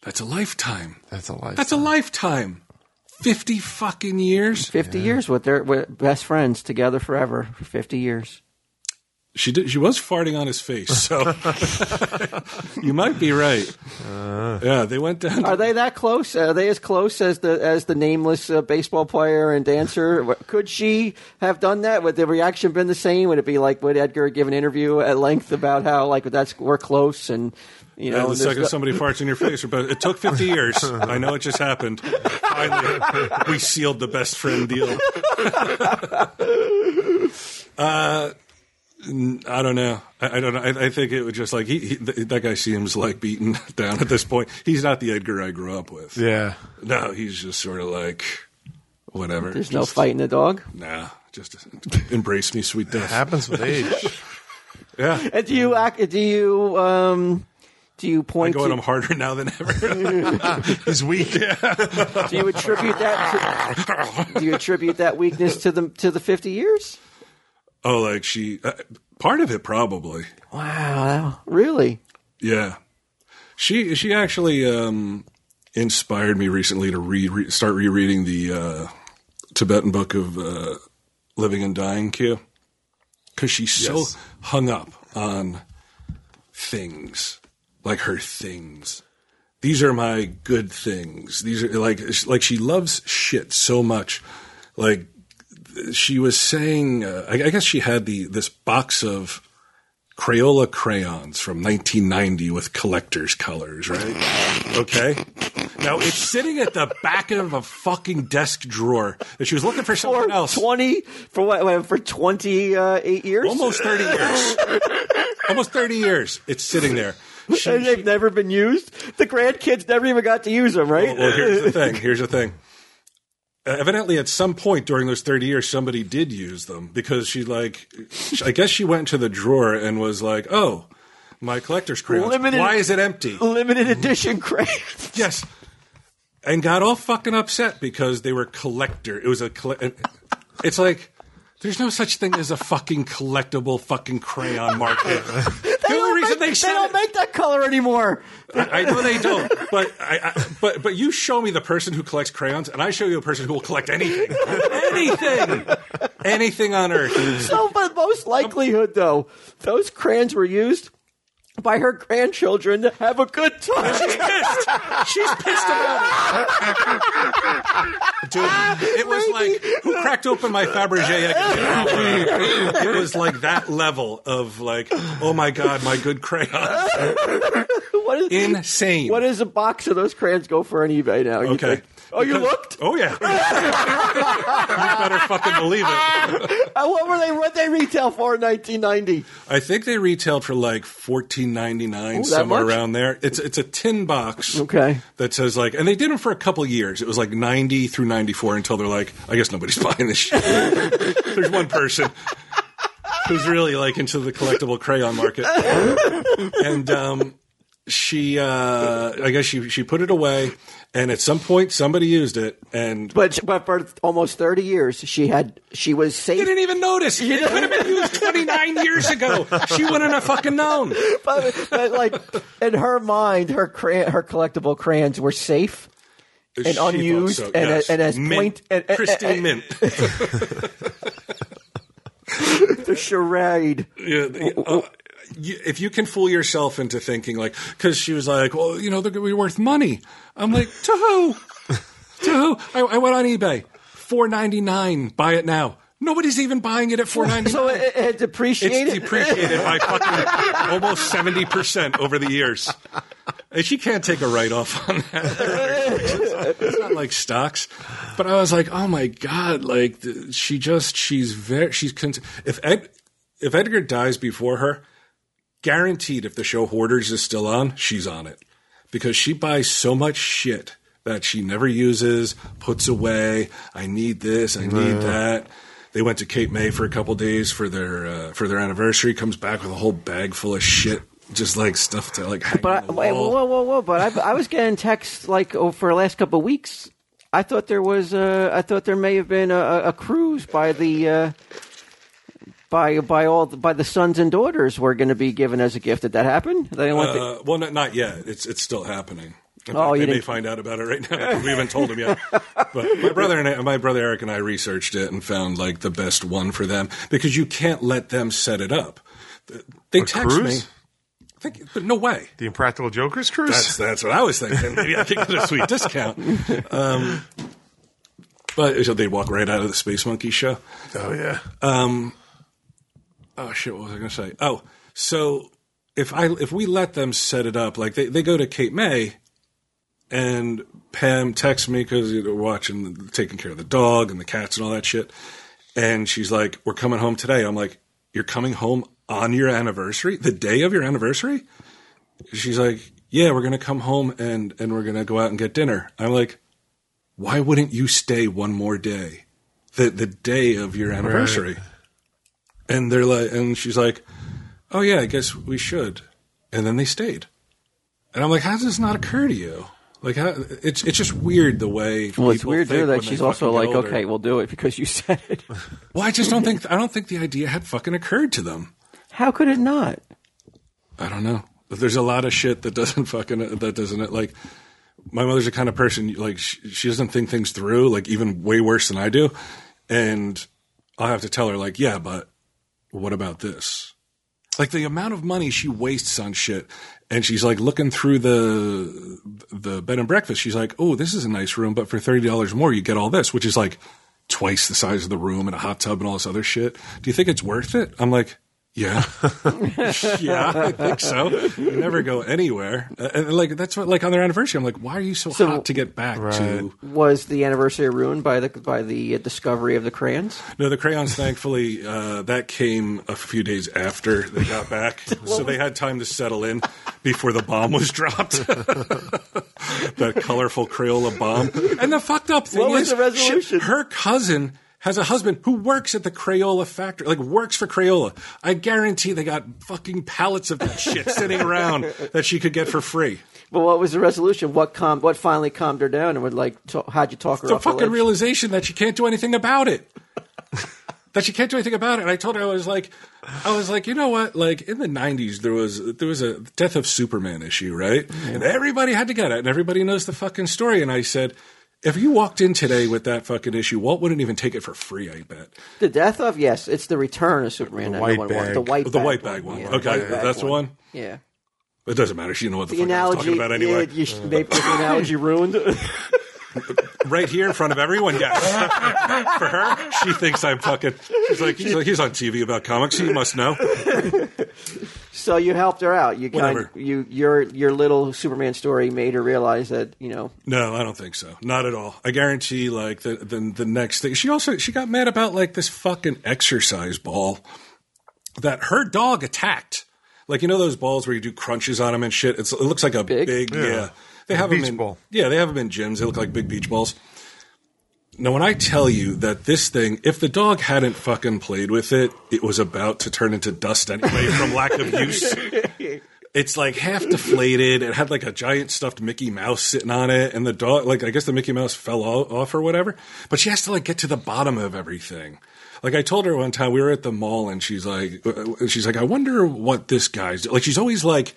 "That's a lifetime. That's a lie. That's a lifetime. Fifty fucking years." Fifty years with their with best friends together forever for fifty years. She did. She was farting on his face, so you might be right. yeah, they went down. Are they that close? Are they as close as the as the nameless uh, baseball player and dancer? Could she have done that? Would the reaction been the same? Would it be like would Edgar give an interview at length about how like that's we're close and you know yeah, the there's second no- somebody farts in your face, but it took fifty years. I know it just happened. Finally, we sealed the best friend deal. uh, n- I don't know. I, I don't know. I, I think it was just like he, he. th- That guy seems like beaten down at this point. He's not the Edgar I grew up with. Yeah. No, he's just sort of like, Whatever. There's no Just- fighting the dog. Nah, just embrace me, sweet death. Happens with age. Yeah. And do you act? Do you um? Do you I point? go at to- him harder now than ever. He's weak. do you attribute that? To, do you attribute that weakness to the to the fifty years? oh, like she. Uh, part of it, probably. Wow, really? Yeah. She she actually um, inspired me recently to re- re- start rereading the uh, Tibetan book of uh, Living and Dying Q because she's Yes. so hung up on things like her things. These are my good things. These are like like she loves shit so much. Like she was saying, uh, I, I guess she had the this box of Crayola crayons from 1990 with collector's colors, right? Okay. Now it's sitting at the back of a fucking desk drawer that she was looking for For something else. twenty? For what? what, For twenty uh, eight years? Almost 30 years. Almost 30 years. It's sitting there. She- And they've never been used. The grandkids never even got to use them, right? Well, here's the thing. Here's the thing. Uh, evidently, at some point during those 30 years, somebody did use them because she, like, I guess she went to the drawer and was like, oh, my collector's crayons. Limited- Why is it empty? Limited edition crayons. Yes. And got all fucking upset because they were collector. It was a colle- It's like there's no such thing as a fucking collectible fucking crayon market. the only reason they, they said don't it- make that color anymore. I, I know they don't, but I, I, but but you show me the person who collects crayons, and I show you a person who will collect anything, anything, anything on earth. So, but most likelihood, though, those crayons were used by her grandchildren to have a good time. Pissed. She's pissed about it. Ah, Dude, it was like who cracked open my Fabergé egg? It was like that level of like, oh my god, my good crayons, what is insane. what is a box of those crayons go for on eBay now? you Okay. think? Oh, you Because- looked? Oh yeah. you better fucking believe it. Uh, what were they? What they retail for in 1990? I think they retailed for like fourteen ninety nine that somewhere much? around there. It's it's a tin box. Okay. That says like, and they did them for a couple years. It was like ninety through ninety four until they're like, I guess nobody's buying this shit. There's one person who's really like into the collectible crayon market, and um, she, uh, I guess she she put it away, and at some point somebody used it, and But but for almost 30 years, she had she was you safe. didn't even notice. It could have been used twenty nine years ago. She wouldn't have fucking known. but, but like in her mind, her cray- her collectible crayons were safe. and unused and a- and as mint, point- and- and- Christy and- mint. The charade. Yeah, the- uh, you- if you can fool yourself into thinking like, because she was like, well, you know, they're going to be worth money. I'm like, to who? to who? I, I went on eBay, four ninety nine. Buy it now. Nobody's even buying it at four ninety So nine. it, it depreciated. It's depreciated by fucking almost seventy percent over the years. And she can't take a write off on that. it's not like stocks, but I was like, oh my god, like th- she just she's very she's con- if Ed if Edgar dies before her, guaranteed if the show Hoarders is still on, she's on it because she buys so much shit that she never uses, puts away. I need this, I need that. They went to Cape May for a couple days for their uh, for their anniversary. Comes back with a whole bag full of shit, just like stuff to like hang But I, on the wait, wall. whoa, whoa, whoa! But I, I was getting texts like oh, for the last couple of weeks. I thought there was. uh, I thought there may have been a, a, a cruise by the. Uh, by by all the, by the sons and daughters were going to be given as a gift. Did that happen? They went to- Uh, well, not, not yet. It's it's still happening. In Oh, you fact, they may didn't- find out about it right now. We haven't told them yet. But my brother and I, my brother Eric and I researched it and found like the best one for them because you can't let them set it up. They text cruise? me. I think, but no way. The Impractical Jokers cruise. That's that's what I was thinking. Maybe I could get a sweet discount. Um, but so they'd walk right out of the Space Monkey show. oh yeah. Oh shit! What was I going to say? Oh, so if I if we let them set it up, like they they go to Cape May, and Pam texts me because you know, watching the- taking care of the dog and the cats and all that shit, and she's like, "We're coming home today." I'm like, "You're coming home on your anniversary, the day of your anniversary?" She's like, "Yeah, we're gonna come home and and we're gonna go out and get dinner." I'm like, why wouldn't you stay one more day? The the day of your anniversary. And they're like and she's like, "Oh yeah, I guess we should." And then they stayed. And I'm like, "How does this not occur to you?" Like how, it's it's just weird the way Well, it's people weird think too that when they she's also fucking get like, older. okay, we'll do it because you said it. Well, I just don't think I don't think the idea had fucking occurred to them. How could it not? I don't know. But there's a lot of shit that doesn't fucking that doesn't like. My mother's the kind of person like she, she doesn't think things through like even way worse than I do, and I'll have to tell her like, yeah, but what about this? Like the amount of money she wastes on shit, and she's like looking through the the bed and breakfast. She's like, oh, this is a nice room, but for thirty dollars more, you get all this, which is like twice the size of the room and a hot tub and all this other shit. Do you think it's worth it? I'm like, yeah. yeah, I think so. You never go anywhere. Uh, and like that's what like on their anniversary, I'm like, why are you so, So- hot to get back to? Was the anniversary ruined by the by the uh, discovery of the crayons? No, the crayons. Thankfully, uh, that came a few days after they got back, so they had time to settle in before the bomb was dropped. that colorful Crayola bomb. And the fucked up thing What was is, the resolution? she- her cousin. Has a husband who works at the Crayola factory, like works for Crayola. I guarantee they got fucking pallets of that shit sitting around that she could get for free. But what was the resolution? What calmed? What finally calmed her down? And would like, t- how'd you talk her the off the fucking ledge? realization that she can't do anything about it. that she can't do anything about it. And I told her I was like, I was like, you know what? Like in the '90s, there was there was a death of Superman issue, right? And everybody had to get it, and everybody knows the fucking story. And I said. If you walked in today with that fucking issue, Walt wouldn't even take it for free, I bet. The death of yes, it's the return of Superman. The that white no one wants. bag. The white Oh, the bag white bag one. Yeah, Okay, white bag that's the one? Yeah. It doesn't matter. She didn't know what the, The fuck I was analogy. talking about anyway. yeah, you sh- they put the analogy ruined. right here in front of everyone. Yes. For her, she thinks I'm fucking. She's like, he's, like, he's on TV about comics. He must know. so you helped her out. You kind Whatever. you your your little Superman story made her realize that you know No, I don't think so. Not at all. I guarantee, like the the, the next thing. She also she got mad about like this fucking exercise ball that her dog attacked. Like you know those balls where you do crunches on them and shit. It's, it looks like a big, Big? yeah. They have beach them in ball. yeah. They have them in gyms. They look like big beach balls. Now, when I tell you that this thing, if the dog hadn't fucking played with it, it was about to turn into dust anyway from lack of use. It's like half deflated. It had like a giant stuffed Mickey Mouse sitting on it, and the dog, like I guess the Mickey Mouse fell o- off or whatever. But she has to like get to the bottom of everything. Like I told her one time, we were at the mall, and she's like, uh, she's like, I wonder what this guy's like. She's always like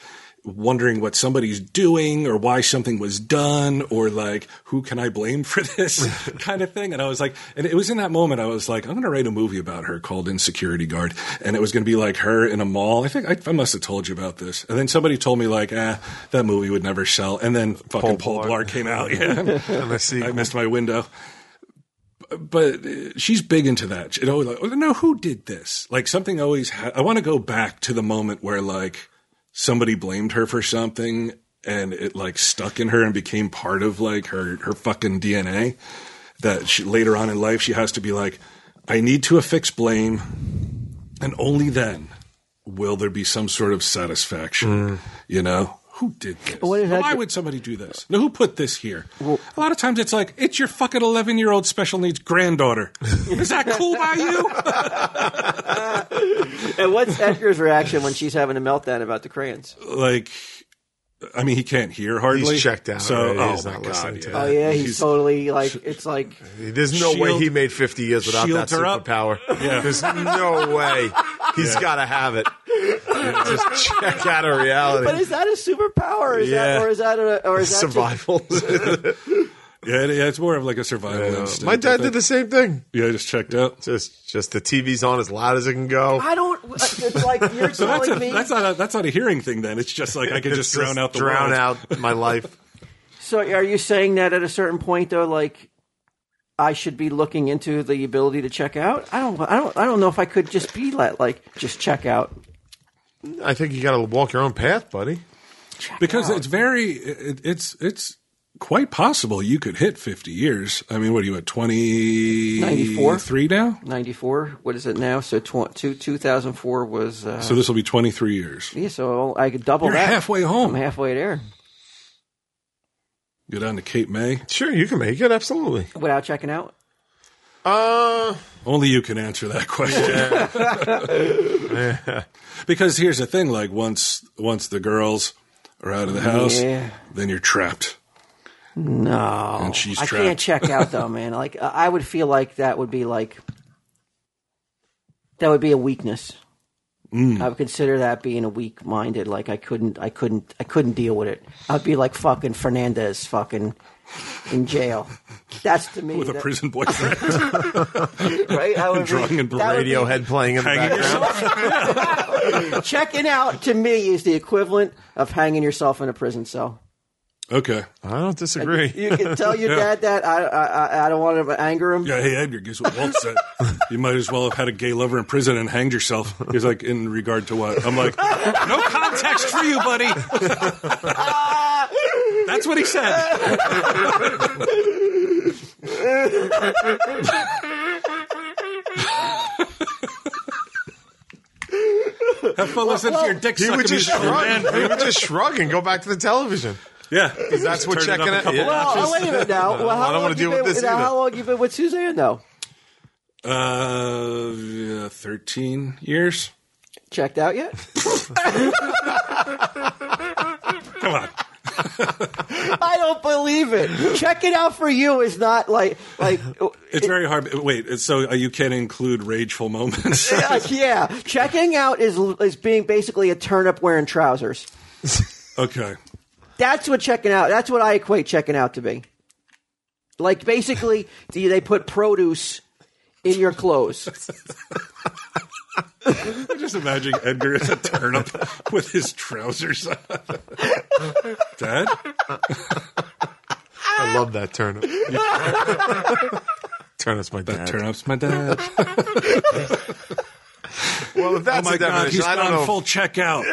wondering what somebody's doing or why something was done or like who can I blame for this kind of thing. And I was like, and it was in that moment I was like, I'm going to write a movie about her called Insecurity Guard, and it was going to be like her in a mall. I think I, I must have told you about this. And then somebody told me like, ah, that movie would never sell. And then fucking Paul, Paul Blart came out. Yeah, And I see. I missed my window. But uh, she's big into that. It always like, oh, no, who did this? Like something always. Ha- I want to go back to the moment where like somebody blamed her for something, and it like stuck in her and became part of like her her fucking DNA. That she, later on in life she has to be like, I need to affix blame, and only then will there be some sort of satisfaction. You know. Who did this? Mm. what if Am that- I would somebody do this? No, who put this here? a lot of times it's like, it's your fucking 11 year old special needs granddaughter. Is that cool by you? And what's Edgar's reaction when she's having a meltdown about the crayons? like, I mean, he can't hear hardly. He's checked out, So, right? oh, He's my not God, listening yeah. to Oh yeah, he's, He's- totally like it's like There's no way Shield- he made 50 years without that shields her up. superpower. There's no way. He's got to have it. Just check out of reality. But is that a superpower? Is that Yeah. or is that a or is that just- Survival. Yeah, it- yeah, it's more of like a survival instinct. My I dad think. did the same thing. Yeah, I just checked out. Just, just the TV's on as loud as it can go. I don't uh, it's like you're So that's, telling a, me that's, not a, that's not a hearing thing then. It's just like I could just drown out the drown world. out my life. So are you saying that at a certain point though like I should be looking into the ability to check out? I don't I don't I don't know if I could just be like like just check out. I think you got to walk your own path, buddy. Because it's very, it, it's, it's quite possible you could hit 50 years. I mean, what are you at, 94? 23 now? 94, what is it now? So tw- two, 2004 was uh, So this will be 23 years. yeah, so I could double You're that. halfway home. I'm halfway there. Go down to Cape May. Sure, you can make it. Absolutely. without checking out. Uh, Only you can answer that question. because here's the thing: like once once the girls are out of the house, Yeah. then you're trapped. No, And she's I trapped. can't check out though, man. Like I I would feel like that would be like that would be a weakness. Mm. I would consider that being a weak-minded. Like I couldn't, I couldn't, I couldn't deal with it. I'd be like fucking Fernandez, fucking in jail. That's to me With a that- prison boyfriend, right? I would be- drunk and That would be- Radiohead playing in the hanging background. yourself. checking out to me is the equivalent of hanging yourself in a prison cell. Okay. I don't disagree. You can tell your dad that. I, I, I- I don't want to anger him. Yeah, hey Edgar, guess what Walt said? you might as well have had a gay lover in prison and hanged yourself. He's like, in regard to what? I'm like, no context for you, buddy. Ah! That's what he said. have fun listening to your dick He sucking would just music, shrug. man. He would just shrug and go back to the television. Yeah, That's what Turn it up checking a out. couple yeah. Well, oh, wait a minute now. No, well, how I don't long wanna you deal with been- this now, either. How long you been with Suzanne though? Uh, yeah, thirteen years. Checked out yet? Come on. I don't believe it. Check it out for you is not like like It's very hard. Wait, so uh, you can include rageful moments? uh, yeah. Checking out is is being basically a turnip wearing trousers. okay. That's what checking out. That's what I equate checking out to be. Like basically, do they put produce in your clothes? I'm just imagining Edgar as a turnip with his trousers on. Dad? Ah! I love that turnip. turnip's my dad. That turnip's my dad. Well, if oh that's my a God, definition, he's I don't gone know. full checkout.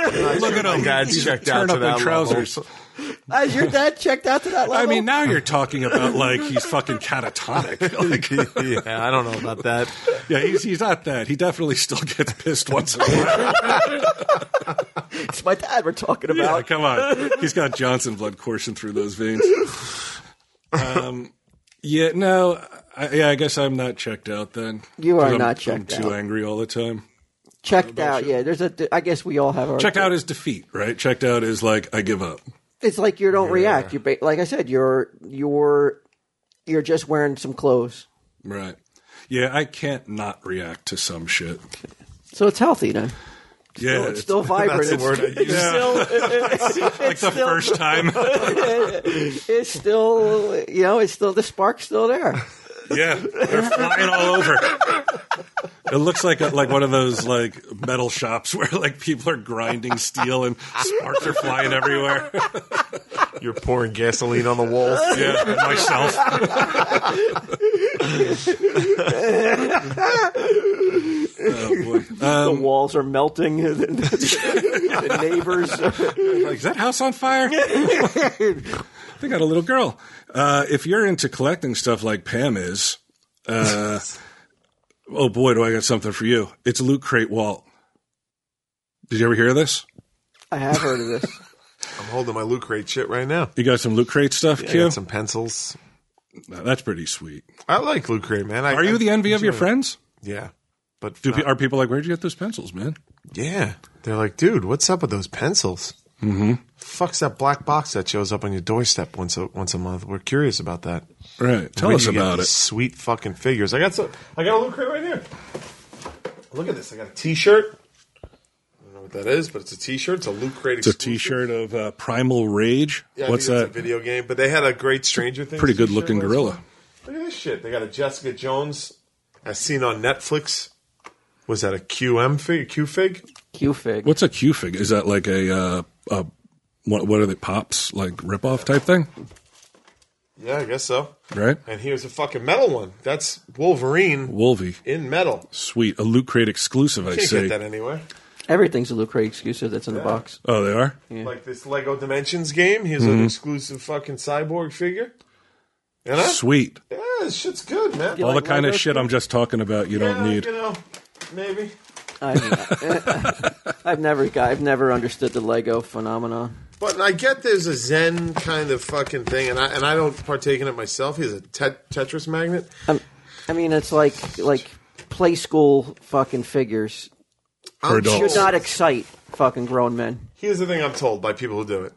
Look at my him. dad's He's checked a out to turnip in that trousers. level. As your dad checked out to that I level. mean, now you're talking about like he's fucking catatonic. Like, yeah, I don't know about that. yeah, he's, he's not that. He definitely still gets pissed once in a while. it's my dad we're talking about. Yeah, come on. He's got Johnson blood coursing through those veins. Um, yeah, no, I, yeah, I guess I'm not checked out then. You are 'Cause I'm- not checked I'm too out. angry all the time. Checked out, yeah. There's a. I guess we all have our. Checked out is defeat, right? Checked out is like I give up. It's like you don't react. You ba- like I said, you're you're you're just wearing some clothes, Right. Yeah, I can't not react to some shit. so it's healthy then. Yeah, Oh, It's still vibrant. That's the word I It's- it's use. still- it's- like it's the still- first time. It's still, you know, it's still the spark's still there. yeah, they're flying all over. It looks like a, like one of those like metal shops where like people are grinding steel and sparks are flying everywhere. You're pouring gasoline on the walls. Yeah, myself. oh, boy. The Um, walls are melting. The, the neighbors. Like, is that house on fire? they got a little girl. Uh, if you're into collecting stuff like Pam is, uh, oh boy, do I got something for you. It's Loot Crate Walt. Did you ever hear of this? I have heard of this. I'm holding my loot crate shit right now. You got some Loot Crate stuff, I Q? got some pencils. No, that's pretty sweet. I like loot crate, man. I, Are you I- the envy of your friends? Yeah, but Do, pe- Are people like, where'd you get those pencils, man? yeah, they're like, dude, what's up with those pencils? Mm-hmm. Fucks that black box that shows up on your doorstep once a, once a month. We're curious about that. Right. Tell Where us do you get about these it. Sweet fucking figures. I got some. I got a loot crate right here. Look at this. I got a T-shirt. I don't know what that is, but it's a T-shirt. It's a loot crate. It's a t shirt of uh, Primal Rage. Yeah, I What's think it's that? a video game, but they had a great Stranger Things. Pretty good t-shirt looking last gorilla. month. Look at this shit. They got a Jessica Jones, as seen on Netflix. Was that a QM fig? Q fig? Q fig. What's a Q fig? Is that like a uh, uh what, what are they pops like ripoff type thing? Yeah, I guess so. Right, And here's a fucking metal one. That's Wolverine Wolvie, in metal. sweet, a Loot Crate exclusive. I Can't say. get that anywhere. Everything's a lucrative exclusive that's in the box. Oh, they are. Like this Lego Dimensions game. Here's Mm-hmm. an exclusive fucking cyborg figure. You know? Sweet. Yeah, this shit's good, man. All like the kind of Legos, shit I'm just talking about. You Yeah, don't need. You know, maybe. I mean, I've never, I've never understood the Lego phenomenon. But I get there's a Zen kind of fucking thing, and I and I don't partake in it myself. He's a tet- Tetris magnet. I mean, it's like like play school fucking figures I'm adults. should told- not excite fucking grown men. Here's the thing I'm told by people who do it.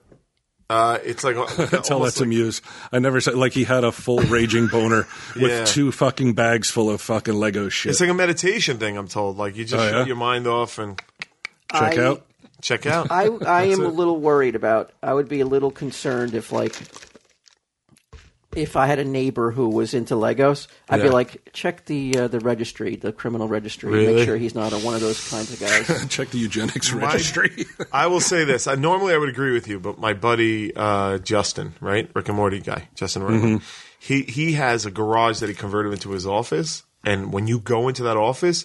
Uh, it's like Tell that almost to like- Muse. I never said like he had a full raging boner with Yeah. two fucking bags full of fucking Lego shit. It's like a meditation thing. I'm told. Like you just Oh, yeah? shut your mind off and Check I- out. check out. I I am a it. little worried about. I would be a little concerned if like if I had a neighbor who was into Legos, I'd be Yeah. like, check the uh, the registry, the criminal registry, Really? make sure he's not a, one of those kinds of guys. Check the eugenics My- registry. I will say this. I, normally I would agree with you, but my buddy uh, Justin, right, Rick and Morty guy, Justin Roiland, Mm-hmm. he he has a garage that he converted into his office, and when you go into that office,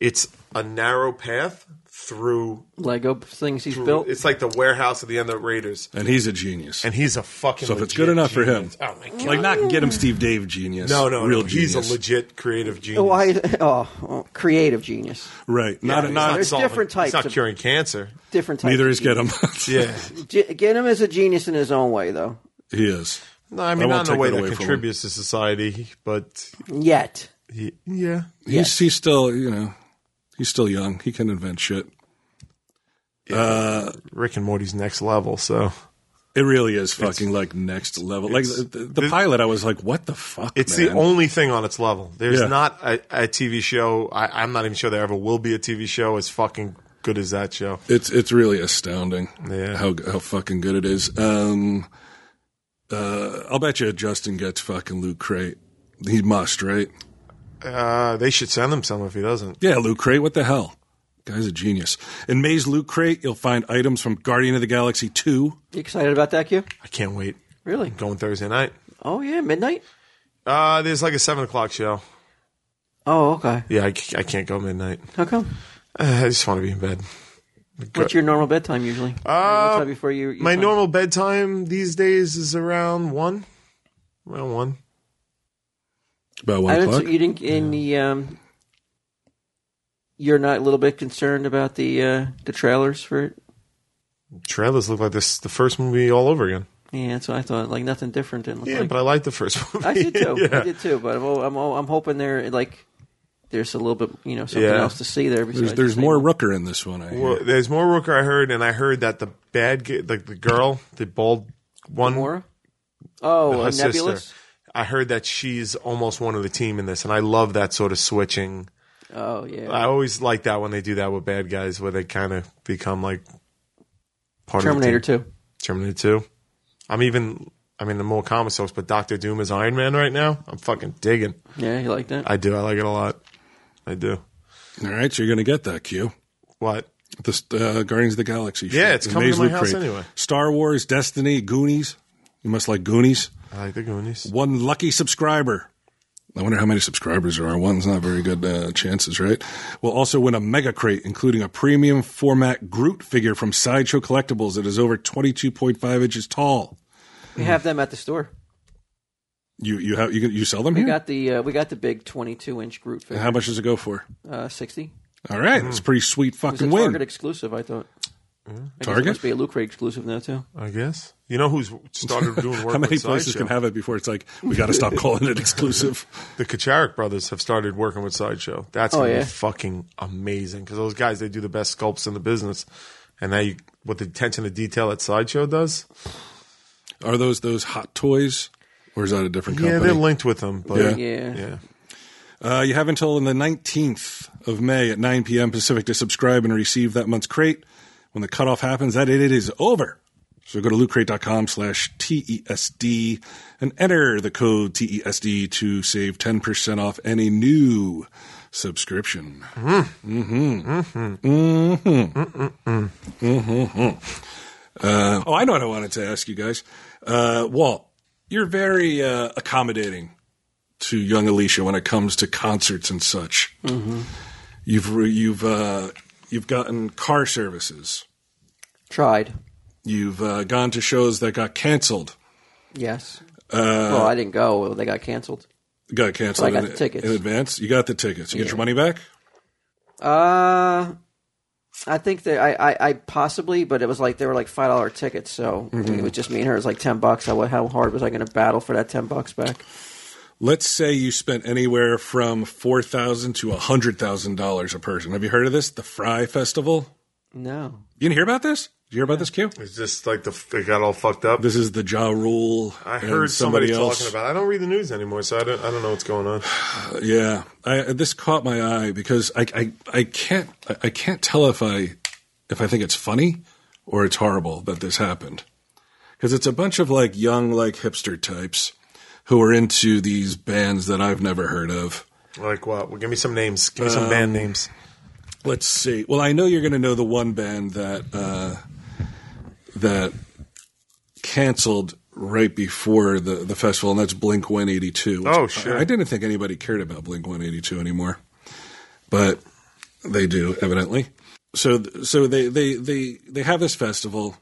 it's a narrow path through. Lego things he's built. It's like the warehouse at the end of Raiders, and he's a genius. and he's a fucking. so if it's legit good enough for him, genius. oh my god! like not get him Steve Dave genius. no, no, real no. genius. He's a legit creative genius. Why? Oh, oh, creative genius. right. Yeah, Not he's not. There's solving- different He's types not of- curing cancer. Different type. neither of is get him. Yeah. Ge- Get him as a genius in his own way, though. he is. No, I mean, not won't in a take way that that away from him. contributes to society, but Yet, he, yeah. He's he's still you know he's still young. He can invent shit. Rick and Morty's next level. So It really is fucking like next level. Like the, the it- pilot, I was like, "What the fuck?" it's the man? only thing on its level. There's Yeah. not a, a TV show. I, I'm not even sure there ever will be a TV show as fucking good as that show. It's it's really astounding Yeah. how how fucking good it is. Um, uh, I'll bet you Justin gets fucking Luke Crate. He must, right? Uh, they should send him some if he doesn't. Yeah, Luke Crate. What the hell? Guy's a genius. In May's Loot Crate, you'll find items from Guardian of the Galaxy Two. you excited about that, Q? I can't wait. Really? Going Thursday night. Oh yeah, midnight. Uh, there's like a seven o'clock show. Oh okay. Yeah, I, c- I can't go midnight. How come? Uh, I just want to be in bed. What's your normal bedtime usually? What's up before you? you Uh, My find- normal bedtime these days is around one. Around one. About one I don't. o'clock. So you didn't in the. Um, you're not a little bit concerned about the uh, the trailers for it. Trailers look like this the first movie all over again. Yeah, that's what I thought. Like nothing different didn't look Yeah, like. but I liked the first movie. I did too. yeah. I did too. But I'm, all- I'm, all- I'm hoping there like there's a little bit you know something Yeah. else to see there. there's besides there's the more same- Rooker in this one. I hear. Well, there's more Rooker I heard, and I heard that the bad, g- like the girl, the bald one, Gamora? Oh, her uh, nebulous. sister. I heard that she's almost one of the team in this, and I love that sort of switching. Oh yeah. I always like that when they do that with bad guys, where they kind of become like part Terminator of the team. Two. Terminator Two. I'm even. I mean, the more comic books, but Doctor Doom is Iron Man right now. I'm fucking digging. Yeah, you like that? I do. I like it a lot. I do. All right, so you're gonna get that Q. What? This uh, Guardians of the Galaxy. Yeah, shit. it's The coming to Maze my Loot house anyway. Star Wars, Destiny, Goonies. You must like Goonies. I like the Goonies. One lucky subscriber. I wonder how many subscribers there are. One's not very good uh, chances, right? Will also win a mega crate, including a premium format Groot figure from Sideshow Collectibles that is over 22.5 inches tall. we have them at the store. You you have you can- you sell them We here? got the uh, we got the big 22 inch Groot And figure. how much does it go for? Uh, 60. All right, that's a Hmm. pretty sweet It was a fucking Target win. Mm-hmm. exclusive, I thought. I guess Target? it must be a Loot Crate exclusive now too. I guess. You know who's started doing work How many with places Sideshow? can have it before it's like we got to stop calling it exclusive? the Kacharik brothers have started working with Sideshow. That's Oh, gonna yeah? be fucking amazing because those guys they do the best sculpts in the business, and now you, what the attention to detail at Sideshow does. Are those those hot toys, or is that a different company? Yeah, they're linked with them, but Yeah. yeah. Yeah. Uh, you have until the 19th of May at 9 p.m. Pacific to subscribe and receive that month's crate. When the cutoff happens, that it is over. So go to lootcrate.com slash TESD and enter the code TESD to save 10% off any new subscription. Mm-hmm. Mm-hmm. Mm-hmm. Mm-hmm. Uh, oh, I know what I wanted to ask you guys. Uh, Walt, you're very uh, accommodating to young Alicia when it comes to concerts and such. You've re- you've uh, you've gotten car services. Tried. You've uh, gone to shows that got canceled. Yes. Uh, well, I didn't go. Well, They got canceled. Got canceled I got in, the tickets. in advance. You got the tickets. You get your money back. Uh, I think that I, I, I possibly, but it was like they were like five dollar tickets, so Mm-hmm. it was just me and her. It was like ten bucks. How how hard was I going to battle for that ten bucks back? Let's say you spent anywhere from four thousand to hundred thousand dollars a person. Have you heard of this? The Fry Festival. No, You didn't hear about this? Did you hear about this, Q? It's just like the it got all fucked up. This is the Jaw Rule. I and heard somebody, else. talking about. It. I don't read the news anymore, so I don't. I don't know what's going on. Yeah, I, this caught my eye because I, I, I can't I- I can't tell if I if I think it's funny or it's horrible that this happened because it's a bunch of like young like hipster types who are into these bands that I've never heard of. Like what? Well, give me some names. Give me some band names. Let's see. Well, I know you're going to know the one band that uh, that canceled right before the, the festival, and that's Blink 182. which Oh, sure. I, I didn't think anybody cared about Blink 182 anymore, but they do evidently. So th- so they they they they have this festival.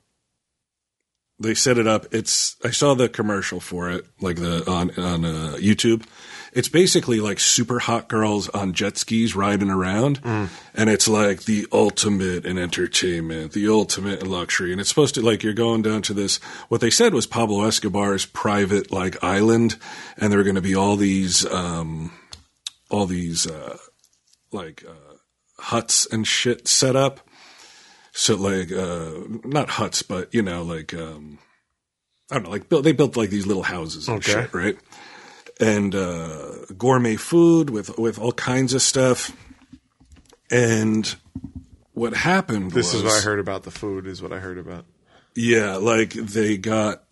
They set it up. It's I saw the commercial for it, like the on on uh, YouTube. It's basically like super hot girls on jet skis riding around, and it's like the ultimate in entertainment, the ultimate in luxury. And it's supposed to like you're going down to this. What they said was Pablo Escobar's private like island, and there were going to be all these um, all these uh, like uh, huts and shit set up. So like uh, not huts, but you know like um, I don't know, like built, they built like these little houses and Okay. shit, right? And uh, gourmet food with with all kinds of stuff. And what happened? This is was- what I heard about the food. Is what I heard about. yeah, like they got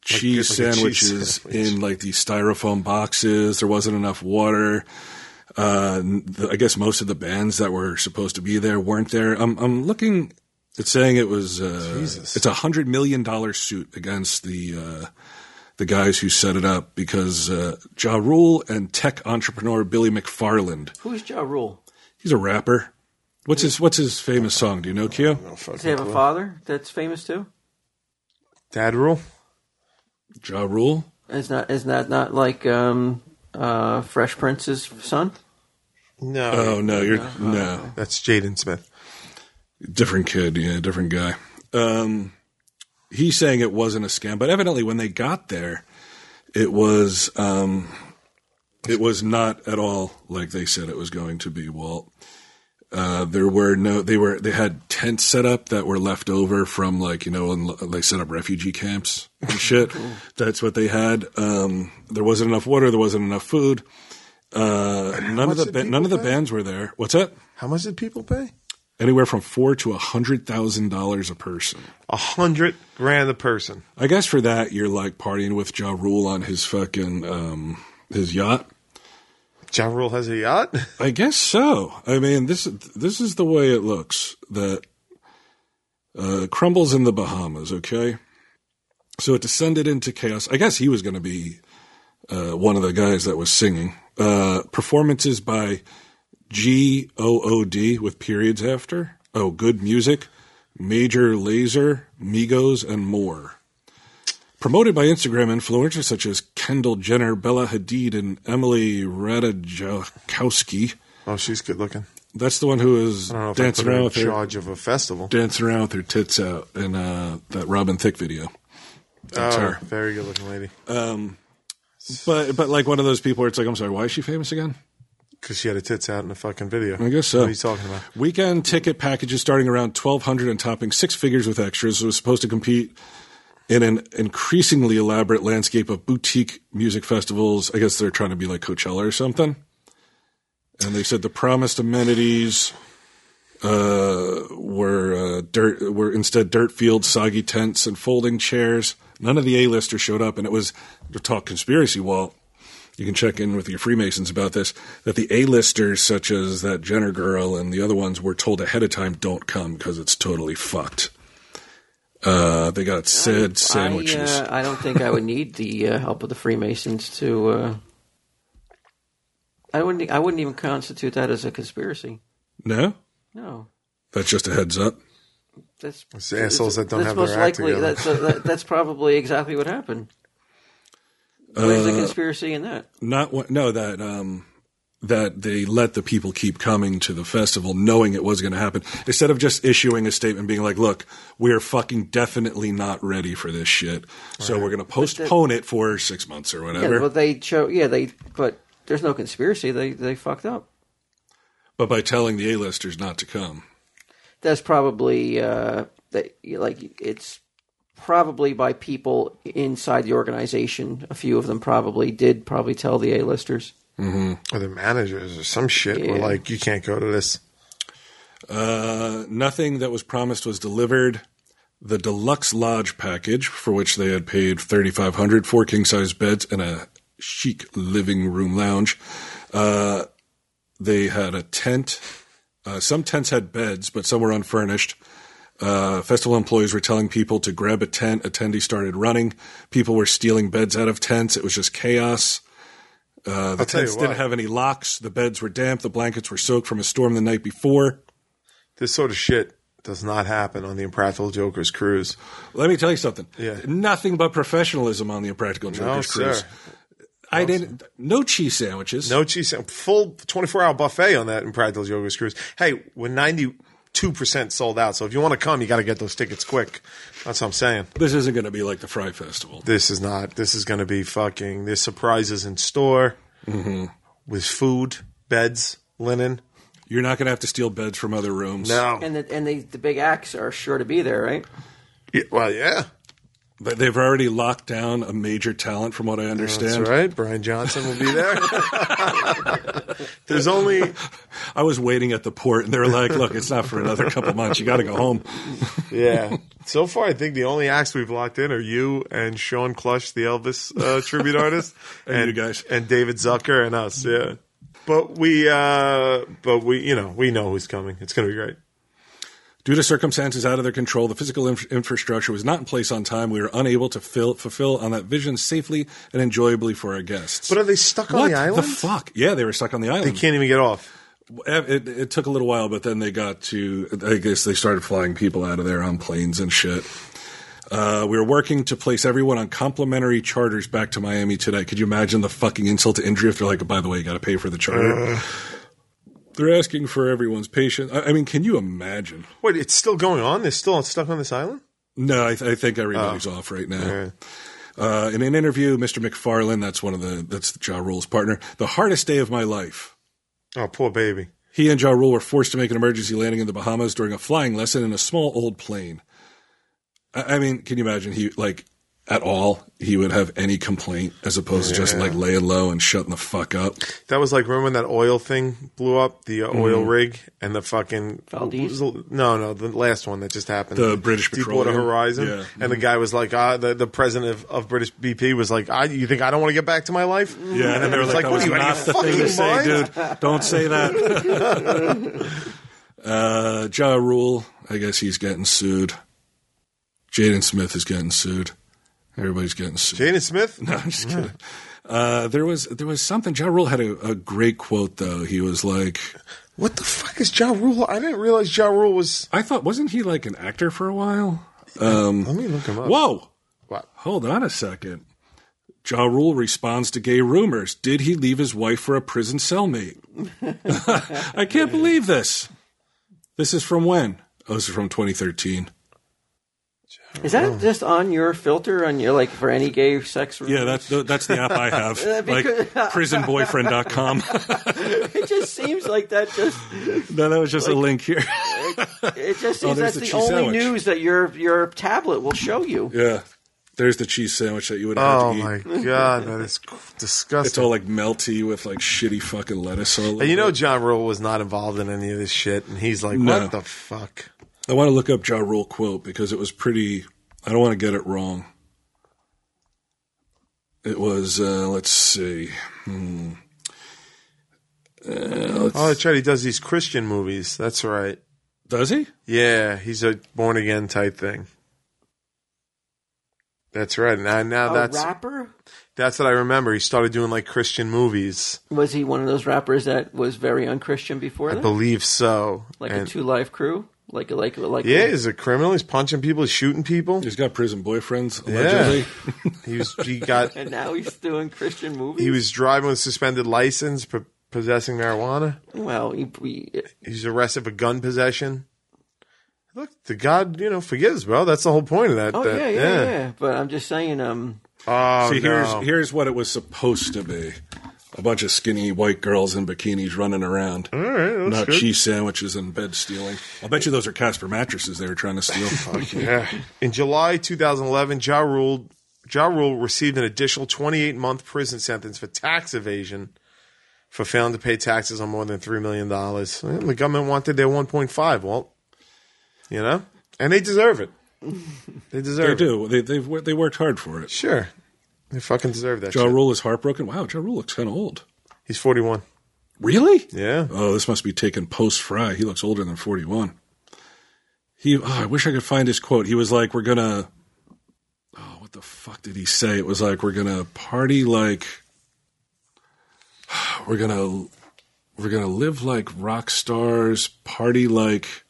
cheese like a cheese sandwiches sandwich. in like these styrofoam boxes. There wasn't enough water. Uh, n- the, I guess most of the bands that were supposed to be there weren't there. I'm I'm looking. It's saying it was. Uh, It's a hundred million dollar suit against the. Uh, the guys who set it up because uh, Ja Rule and tech entrepreneur Billy McFarland. who's Ja Rule? He's a rapper. What's his What's his famous song? Do you know, Keo? Oh, Does he have a father that's famous too? Dad rule. Ja Rule. Is not is that not like um, uh, Fresh Prince's son? No, Oh no, you're no. that's Jaden Smith. different kid, yeah, different guy. Um, he's saying it wasn't a scam, but evidently when they got there, it was um, it was not at all like they said it was going to be. Walt, uh, there were no they were they had tents set up that were left over from like you know when they set up refugee camps and shit. That's what they had. Um, there wasn't enough water. There wasn't enough food. Uh, none of much the did ba- people none of the pay? bands were there. What's that? How much did people pay? anywhere from four to a hundred thousand dollars a person. A hundred grand a person. I guess for that you're like partying with Ja Rule on his fucking um his yacht. Ja Rule has a yacht. I guess so. I mean this this is the way it looks that uh crumbles in the Bahamas, okay? So it descended into chaos. I guess he was gonna be uh one of the guys that was singing. Uh performances by G O O D with periods after. Oh, good music, Major Laser, Migos, and more. Promoted by Instagram influencers such as Kendall Jenner, Bella Hadid, and Emily Ratajkowski. Oh, she's good looking. That's the one who is I don't know if I dancing put her around in with her charge of a festival. dancing around with her tits out in uh, that Robin Thicke video. That's Oh, her. very good looking lady. But but like one of those people where it's like, I'm sorry, why is she famous again? Because she had her tits out in the fucking video. I guess so. What are you talking about? Weekend ticket packages starting around twelve hundred and topping six figures with extras. It was supposed to compete in an increasingly elaborate landscape of boutique music festivals. I guess they're trying to be like Coachella or something. And they said the promised amenities uh, were uh, dirt were instead dirt fields, soggy tents, and folding chairs. None of the A-listers showed up, and it was to talk conspiracy. Walt, you can check in with your Freemasons about this. That the A-listers, such as that Jenner girl and the other ones, were told ahead of time, "Don't come because it's totally fucked." Uh, they got said sandwiches. I, uh, I don't think I would need the uh, help of the Freemasons to. Uh, I wouldn't. I wouldn't even constitute that as a conspiracy. no, No, that's just a heads up. that's It's the assholes that don't that's have most their act likely. together. That's, uh, that, that's probably exactly what happened. Where's the conspiracy in that? Not one, no that um, that they let the people keep coming to the festival knowing it was going to happen instead of just issuing a statement being like look we're fucking definitely not ready for this shit so we're going to postpone it for 6 months or Yeah, whatever well, they show. Yeah, they. But there's no conspiracy. They they fucked up. but by telling the A-listers not to come That's probably uh, that. Like it's probably by people inside the organization. A few of them probably did probably tell the A-listers. or the managers or some shit were Yeah. like, you can't go to this. Uh, nothing that was promised was delivered. The deluxe lodge package, for which they had paid thirty five hundred, four king size beds and a chic living room lounge. Uh, they had a tent. Uh, some tents had beds, but some were unfurnished. Uh, festival employees were telling people to grab a tent. Attendees started running. People were stealing beds out of tents. It was just chaos. Uh, the I'll tell you tents didn't what. have any locks. The beds were damp. The blankets were soaked from a storm the night before. This sort of shit does not happen on the Impractical Jokers cruise. Let me tell you something. Yeah. Nothing but professionalism on the Impractical No, Jokers sir. cruise. I didn't. No cheese sandwiches. No cheese. sandwich. Full 24 hour buffet on that Impractical Jokers cruise. Hey, we're 92% sold out. So if you want to come, you got to get those tickets quick. That's what I'm saying. This isn't going to be like the Fry Festival. This is not. This is going to be fucking. There's surprises in store Mm-hmm. with food, beds, linen. You're not going to have to steal beds from other rooms. No. And the, and they, the big acts are sure to be there, right? Yeah, well, yeah. But they've already locked down a major talent, from what I That's understand. right. Brian Johnson will be there. There's only I was waiting at the port, and they were like, "Look, it's not for another couple months. You got to go home." yeah. So far, I think the only acts we've locked in are you and Sean Clush, the Elvis uh, tribute artist, And you guys. and David Zucker and us. Yeah. But we, uh, but we, you know, we know who's coming. It's going to be great. Due to circumstances out of their control, the physical inf- infrastructure was not in place on time. We were unable to fill- fulfill on that vision safely and enjoyably for our guests. But are they stuck on what the island? fuck? Yeah, they were stuck on the island. they can't even get off. it, it took a little while, but then they got to. I guess they started flying people out of there on planes and shit. Uh, we were working to place everyone on complimentary charters back to Miami today. Could you imagine the fucking insult to injury if they're like, by the way, you got to pay for the charter? they're asking for everyone's patience. I, I mean, can you imagine? Wait, it's still going on. They're still stuck on this island. No, I, th- I think everybody's off right now. Yeah. Uh, in an interview, Mr. McFarlane, that's one of the that's Ja Rule's partner. The hardest day of my life. Oh, poor baby. He and Ja Rule were forced to make an emergency landing in the Bahamas during a flying lesson in a small old plane. I, I mean, can you imagine he like at all he would have any complaint as opposed to just like laying low and shutting the fuck up? That was like remember when that oil thing blew up, the uh, oil rig and the fucking Valdez? what was the- no, no, the last one that just happened, The British Deepwater Petroleum? Horizon, Yeah. and the guy was like, uh, the the president of, of British BP was like, I, you think I don't want to get back to my life? Yeah, and, then it was like, what are you out of your fucking mind? dude. Don't say that. uh, ja Rule, I guess he's getting sued. Jaden Smith is getting sued. Everybody's getting sued. Jaden Smith, No, I'm just kidding. Uh, there was there was something. Ja Rule had a, a great quote though. He was like, what the fuck is Ja Rule? I didn't realize Ja Rule was. I thought wasn't he like an actor for a while? Let me look him up. Whoa, What? hold on a second. Ja Rule responds to gay rumors. Did he leave his wife for a prison cellmate? I can't believe this. This is from when? Oh, this is from 2013. Is that just on your filter on your like for any gay sex? Yeah, that's the, that's the app I have. like because- prisonboyfriend.com. it just seems like that. Just no, that was just a link here. it just seems Oh, there's that's the the, cheese only sandwich. news that your your tablet will show you. yeah. There's the cheese sandwich that you would have Oh to eat. my god, that is disgusting. It's all like melty with like shitty fucking lettuce all over. And you know, it. Ja Rule was not involved in any of this shit, and he's like, No. what the fuck? I want to look up Ja Rule quote because it was pretty. I don't want to get it wrong. It was. Uh, let's see. Oh, that's right. He does these Christian movies. That's right. Does he? Yeah, he's a born again type thing. That's right. Now, now A that's rapper? that's what I remember. He started doing like Christian movies. Was he one of those rappers that was very unchristian before I that? believe so. Like a And- two life crew? Like a like a- like yeah, he's a criminal. He's punching people. He's shooting people. He's got prison boyfriends allegedly. Yeah. He was. He got. and now he's doing Christian movies? He was driving with suspended license, pre- possessing marijuana. Well, he, he, He's arrested for gun possession. Look, the God, you know, forgives, bro. That's the whole point of that. oh that- yeah, yeah, yeah, But I'm just saying, um, Oh, See, here's no. here's what it was supposed to be: a bunch of skinny white girls in bikinis running around, All right, that's not good. cheese sandwiches and bed stealing. I bet you those are Casper mattresses they were trying to steal. Yeah. In July 2011, Ja Rule, ja Rule received an additional 28 month prison sentence for tax evasion for failing to pay taxes on more than $3 million. And the government wanted their 1.5, Walt. You know? And they deserve it. They deserve they it. do. They they've, wor- they worked hard for it. Sure. They fucking deserve that Ja shit. Rule is heartbroken. Wow, Ja Rule looks kind of old. He's 41. Really? Yeah. Oh, this must be taken post Fry. He looks older than 41. He, oh, I wish I could find his quote. He was like, "We're gonna." Oh, what the fuck did he say? It was like, "We're gonna party like." We're gonna, we're gonna live like rock stars, party like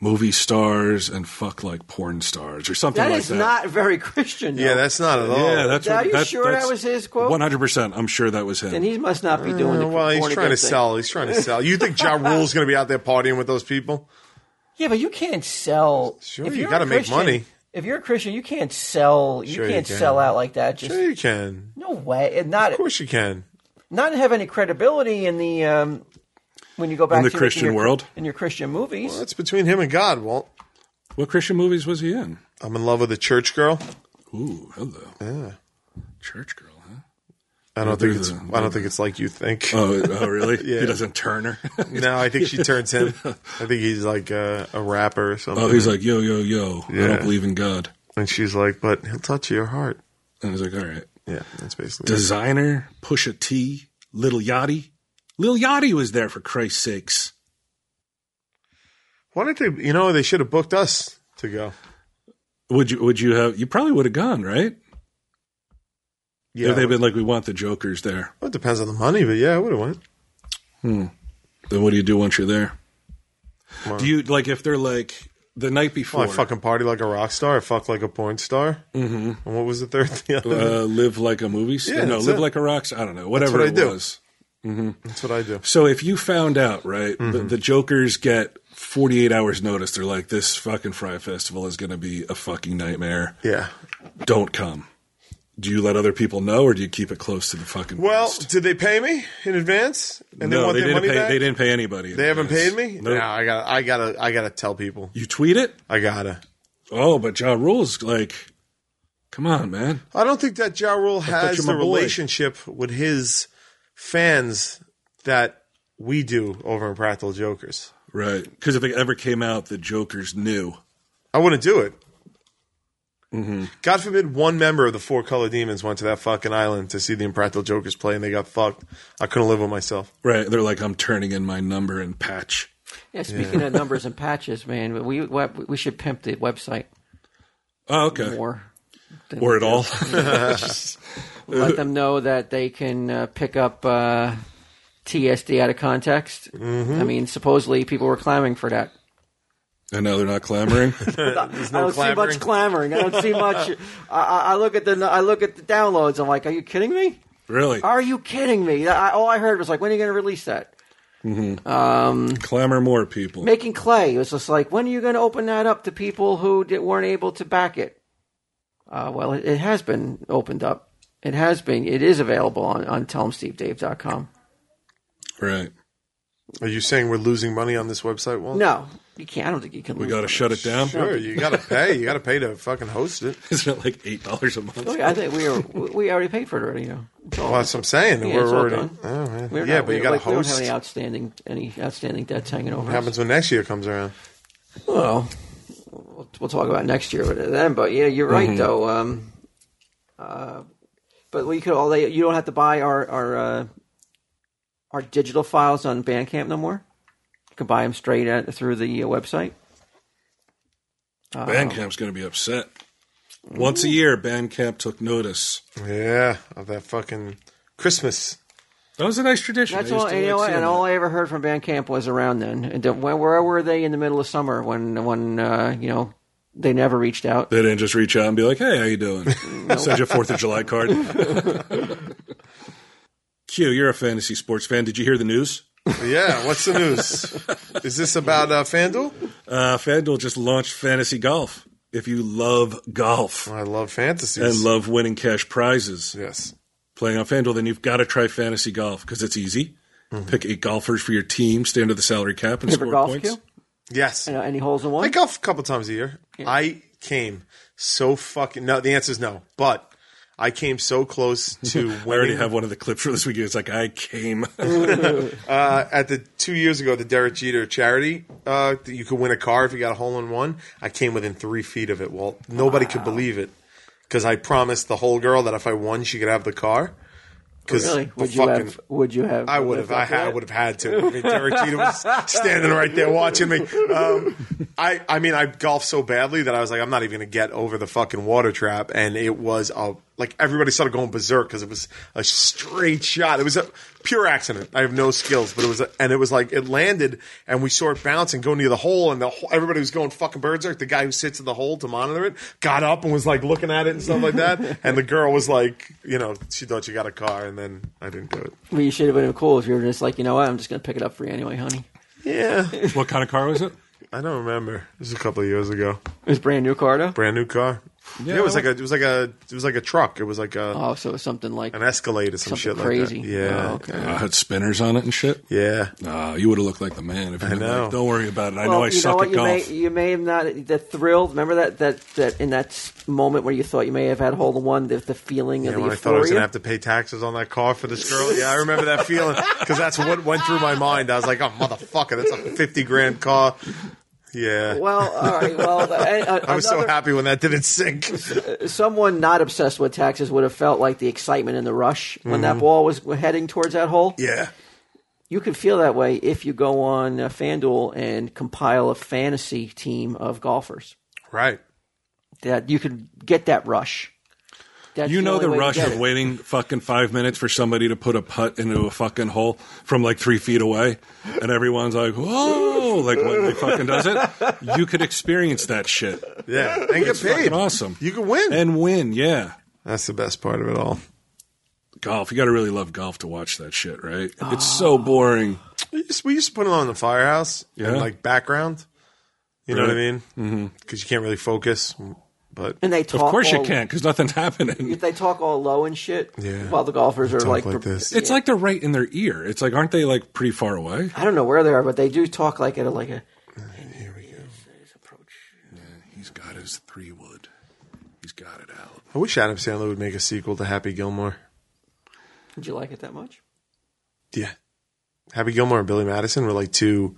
movie stars, and fuck like porn stars, or something That like is that. not very Christian. Yeah, though. that's not at all. yeah, that's. Are what- you that, sure that was his quote? One hundred percent. I'm sure that was him. then he must not be doing the. Uh, well, he's born trying to again thing. sell. He's trying to sell. You think Ja Rule's going to be out there partying with those people? Yeah, but you can't sell. Sure, if you you're gotta a make Christian- money. If you're a Christian, you can't sell. You Sure you can't can. sell out like that. Just Sure, you can. no way. And not Of course, you can. not have any credibility in the um, when you go back the to Christian your, world? in your Christian movies. That's between him and God, Walt. what Christian movies was he in? I'm in love with a church girl. Ooh, hello. Yeah. Church girl, huh? I don't think it's. there's a- I don't think it's like you think. Oh, oh really? Yeah. He doesn't turn her. no, I think she turns him. I think he's like a, a rapper or something. oh, he's like, yo, yo, yo. I Yeah. don't believe in God. and she's like, but he'll touch your heart. And he's like, all right. Yeah, that's basically. it. Designer, Pusha T, Little Yachty. Lil Yachty was there for Christ's sakes. Why don't they? You know, they should have booked us to go. Would you? Would you have? You probably would have gone, right? Yeah, If they'd been like, we want the Jokers there. well, it depends on the money, but yeah, I would have went. Then what do you do once you're there? Wow. Do you like if they're like the night before? Well, Oh, I fucking party like a rock star. I fuck like a porn star. Mm-hmm. And what was the third? The other? uh, live like a movie star. Yeah, no, that's live it. like a rock star. I don't know. Whatever what I it do. was. That's what I do. So if you found out, right, the, Mm-hmm. the Jokers get 48 hours notice. They're like, this fucking Fry Festival is going to be a fucking nightmare. Yeah. Don't come. Do you let other people know or do you keep it close to the fucking Well, vest? did they pay me in advance? And no, they want they their didn't money pay. back? They didn't pay anybody. They haven't Yes. paid me. Nope. No, I got. to I got to. I got to tell people. You tweet it? I gotta. Oh, but Ja Rule's like, come on, man. I don't think that Ja Rule has you're the my boy. relationship with his fans that we do over in Practical Jokers. Right. Because if it ever came out, the Jokers knew. I wouldn't do it. Mm-hmm. God forbid one member of the Four Color Demons went to that fucking island to see the Impractical Jokers play and they got fucked. I couldn't live with myself. Right. They're like, I'm turning in my number and patch. Yeah, speaking of numbers and patches, man, we we we should pimp the website Oh, okay. more. than Or at all. let them know that they can uh, pick up uh, TSD out of context. I mean, supposedly people were clamoring for that. and now they're not clamoring. I no don't see much clamoring. I don't see much. I, I I look at the I look at the downloads. I'm like, are you kidding me? really? Are you kidding me? I, all I heard was like, when are you going to release that? Clamor more, people. Making clay was just like, when are you going to open that up to people who did, weren't able to back it? Uh, well, it, it has been opened up. It has been. It is available on on tellmstevedave.com. Right. Are you saying we're losing money on this website? Well, No, you can't. I don't think you can. We got to shut it down. sure. You got to pay. You got to pay to fucking host it. Isn't it like eight dollars a month? Oh, yeah, I think we are, we already paid for it already. You know, It's all- Well, that's what I'm saying. yeah, we're it's all already. done. Oh, man. We're yeah, not- but you we're- got to like, We don't host. have any What outstanding any outstanding debts hanging over. us. happens when next year comes around? Well, we'll- we'll talk about next year with it then. But yeah, you're Mm-hmm. right though. Um, uh, but we could all they, you don't have to buy our our uh, our digital files on Bandcamp no more. You can buy them straight at, through the uh, website. Uh-huh. Bandcamp's going to be upset. Once a year, Bandcamp took notice. Yeah, of that fucking Christmas. That was a nice tradition. That's I used all. to You know, like what? seeing and all that. I ever heard from Bandcamp was around then. And then where, where were they in the middle of summer when when uh, you know they never reached out? They didn't just reach out and be like, "Hey, how you doing?" Send you a Fourth of July card. Q, you're a fantasy sports fan. Did you hear the news? Yeah, what's the news? Is this about uh, FanDuel? Uh, FanDuel just launched fantasy golf. If you love golf I love fantasies. and love winning cash prizes, yes. playing on FanDuel, then you've got to try fantasy golf because it's easy. Pick eight golfers for your team, stay under the salary cap, and Ever score golf points. Q? Yes. You know, any holes in I one? golf a couple times a year. I came so fucking no. The answer is no, but I came so close to winning. I already have one of the clips for this week. It's like I came. uh, at the two years ago the Derek Jeter charity. Uh, that you could win a car if you got a hole in one. I came within three feet of it. Walt, nobody could believe it because I promised the whole girl that if I won, she could have the car. Because Really? Would you have? Would you have? I would have. lived I, up to ha- I that? would have had to. I mean, Derek Jeter was standing right there watching me. Um, I, I mean, I golfed so badly that I was like, I'm not even going to get over the fucking water trap. And it was a, like everybody started going berserk because it was a straight shot. It was a pure accident. I have no skills, but it was, a, and it was like it landed, and we saw it bounce and go near the hole, and the whole, everybody was going fucking berserk. The guy who sits in the hole to monitor it got up and was like looking at it and stuff like that. And the girl was like, you know, she thought she got a car, and then I didn't do it. Well, you should have been cool if you were just like, you know what? I'm just gonna pick it up for you anyway, honey. Yeah. what kind of car was it? I don't remember. It was a couple of years ago. It was brand new car though. Brand new car. Yeah, it was like a it was like a it was like a truck. It was like a Oh, so it was something like an Escalade or some shit something crazy. like that. Yeah. Oh, okay. Uh, had spinners on it and shit. Yeah. Uh, you would have looked like the man if you I been know. like, Don't worry about it. I well, know I you suck know what? at you golf. may you may have not the thrill. Remember that that that in that s- moment where you thought you may have had hole in one, the, the feeling And of the when I euphoria. thought I was gonna have to pay taxes on that car for this girl, yeah, I remember that feeling because that's what went through my mind. I was like, "Oh motherfucker, that's a fifty grand car." Yeah, well, all right. Well, the, uh, I was so another- happy when that didn't sink. someone not obsessed with taxes would have felt like the excitement and the rush when Mm-hmm. that ball was heading towards that hole. yeah, You could feel that way if you go on uh, FanDuel and compile a fantasy team of golfers. right. That you could get that rush. That's You know only the way to rush get of it. waiting fucking five minutes for somebody to put a putt into a fucking hole from like three feet away, and everyone's like, "Whoa!" Like when they fucking does it, you could experience that shit. Yeah, and get paid. Fucking awesome. You can win. and win. Yeah, that's the best part of it all. golf. You got to really love golf to watch that shit, right? It's Ah. so boring. We used, we used to put it on the firehouse and Yeah. Mm-hmm. like background. You know what I Really? mean? Because you can't really focus. But and they talk. Of course you all- can't because nothing's happening. They talk all low and shit. Yeah. While the golfers are talk like, like this. It's like they're right in their ear. It's like aren't they like pretty far away? I don't know where they are, but they do talk like at a, like a. Here we go. he's got his three wood. He's got it out. I wish Adam Sandler would make a sequel to Happy Gilmore. Did you like it that much? Yeah, Happy Gilmore and Billy Madison were like two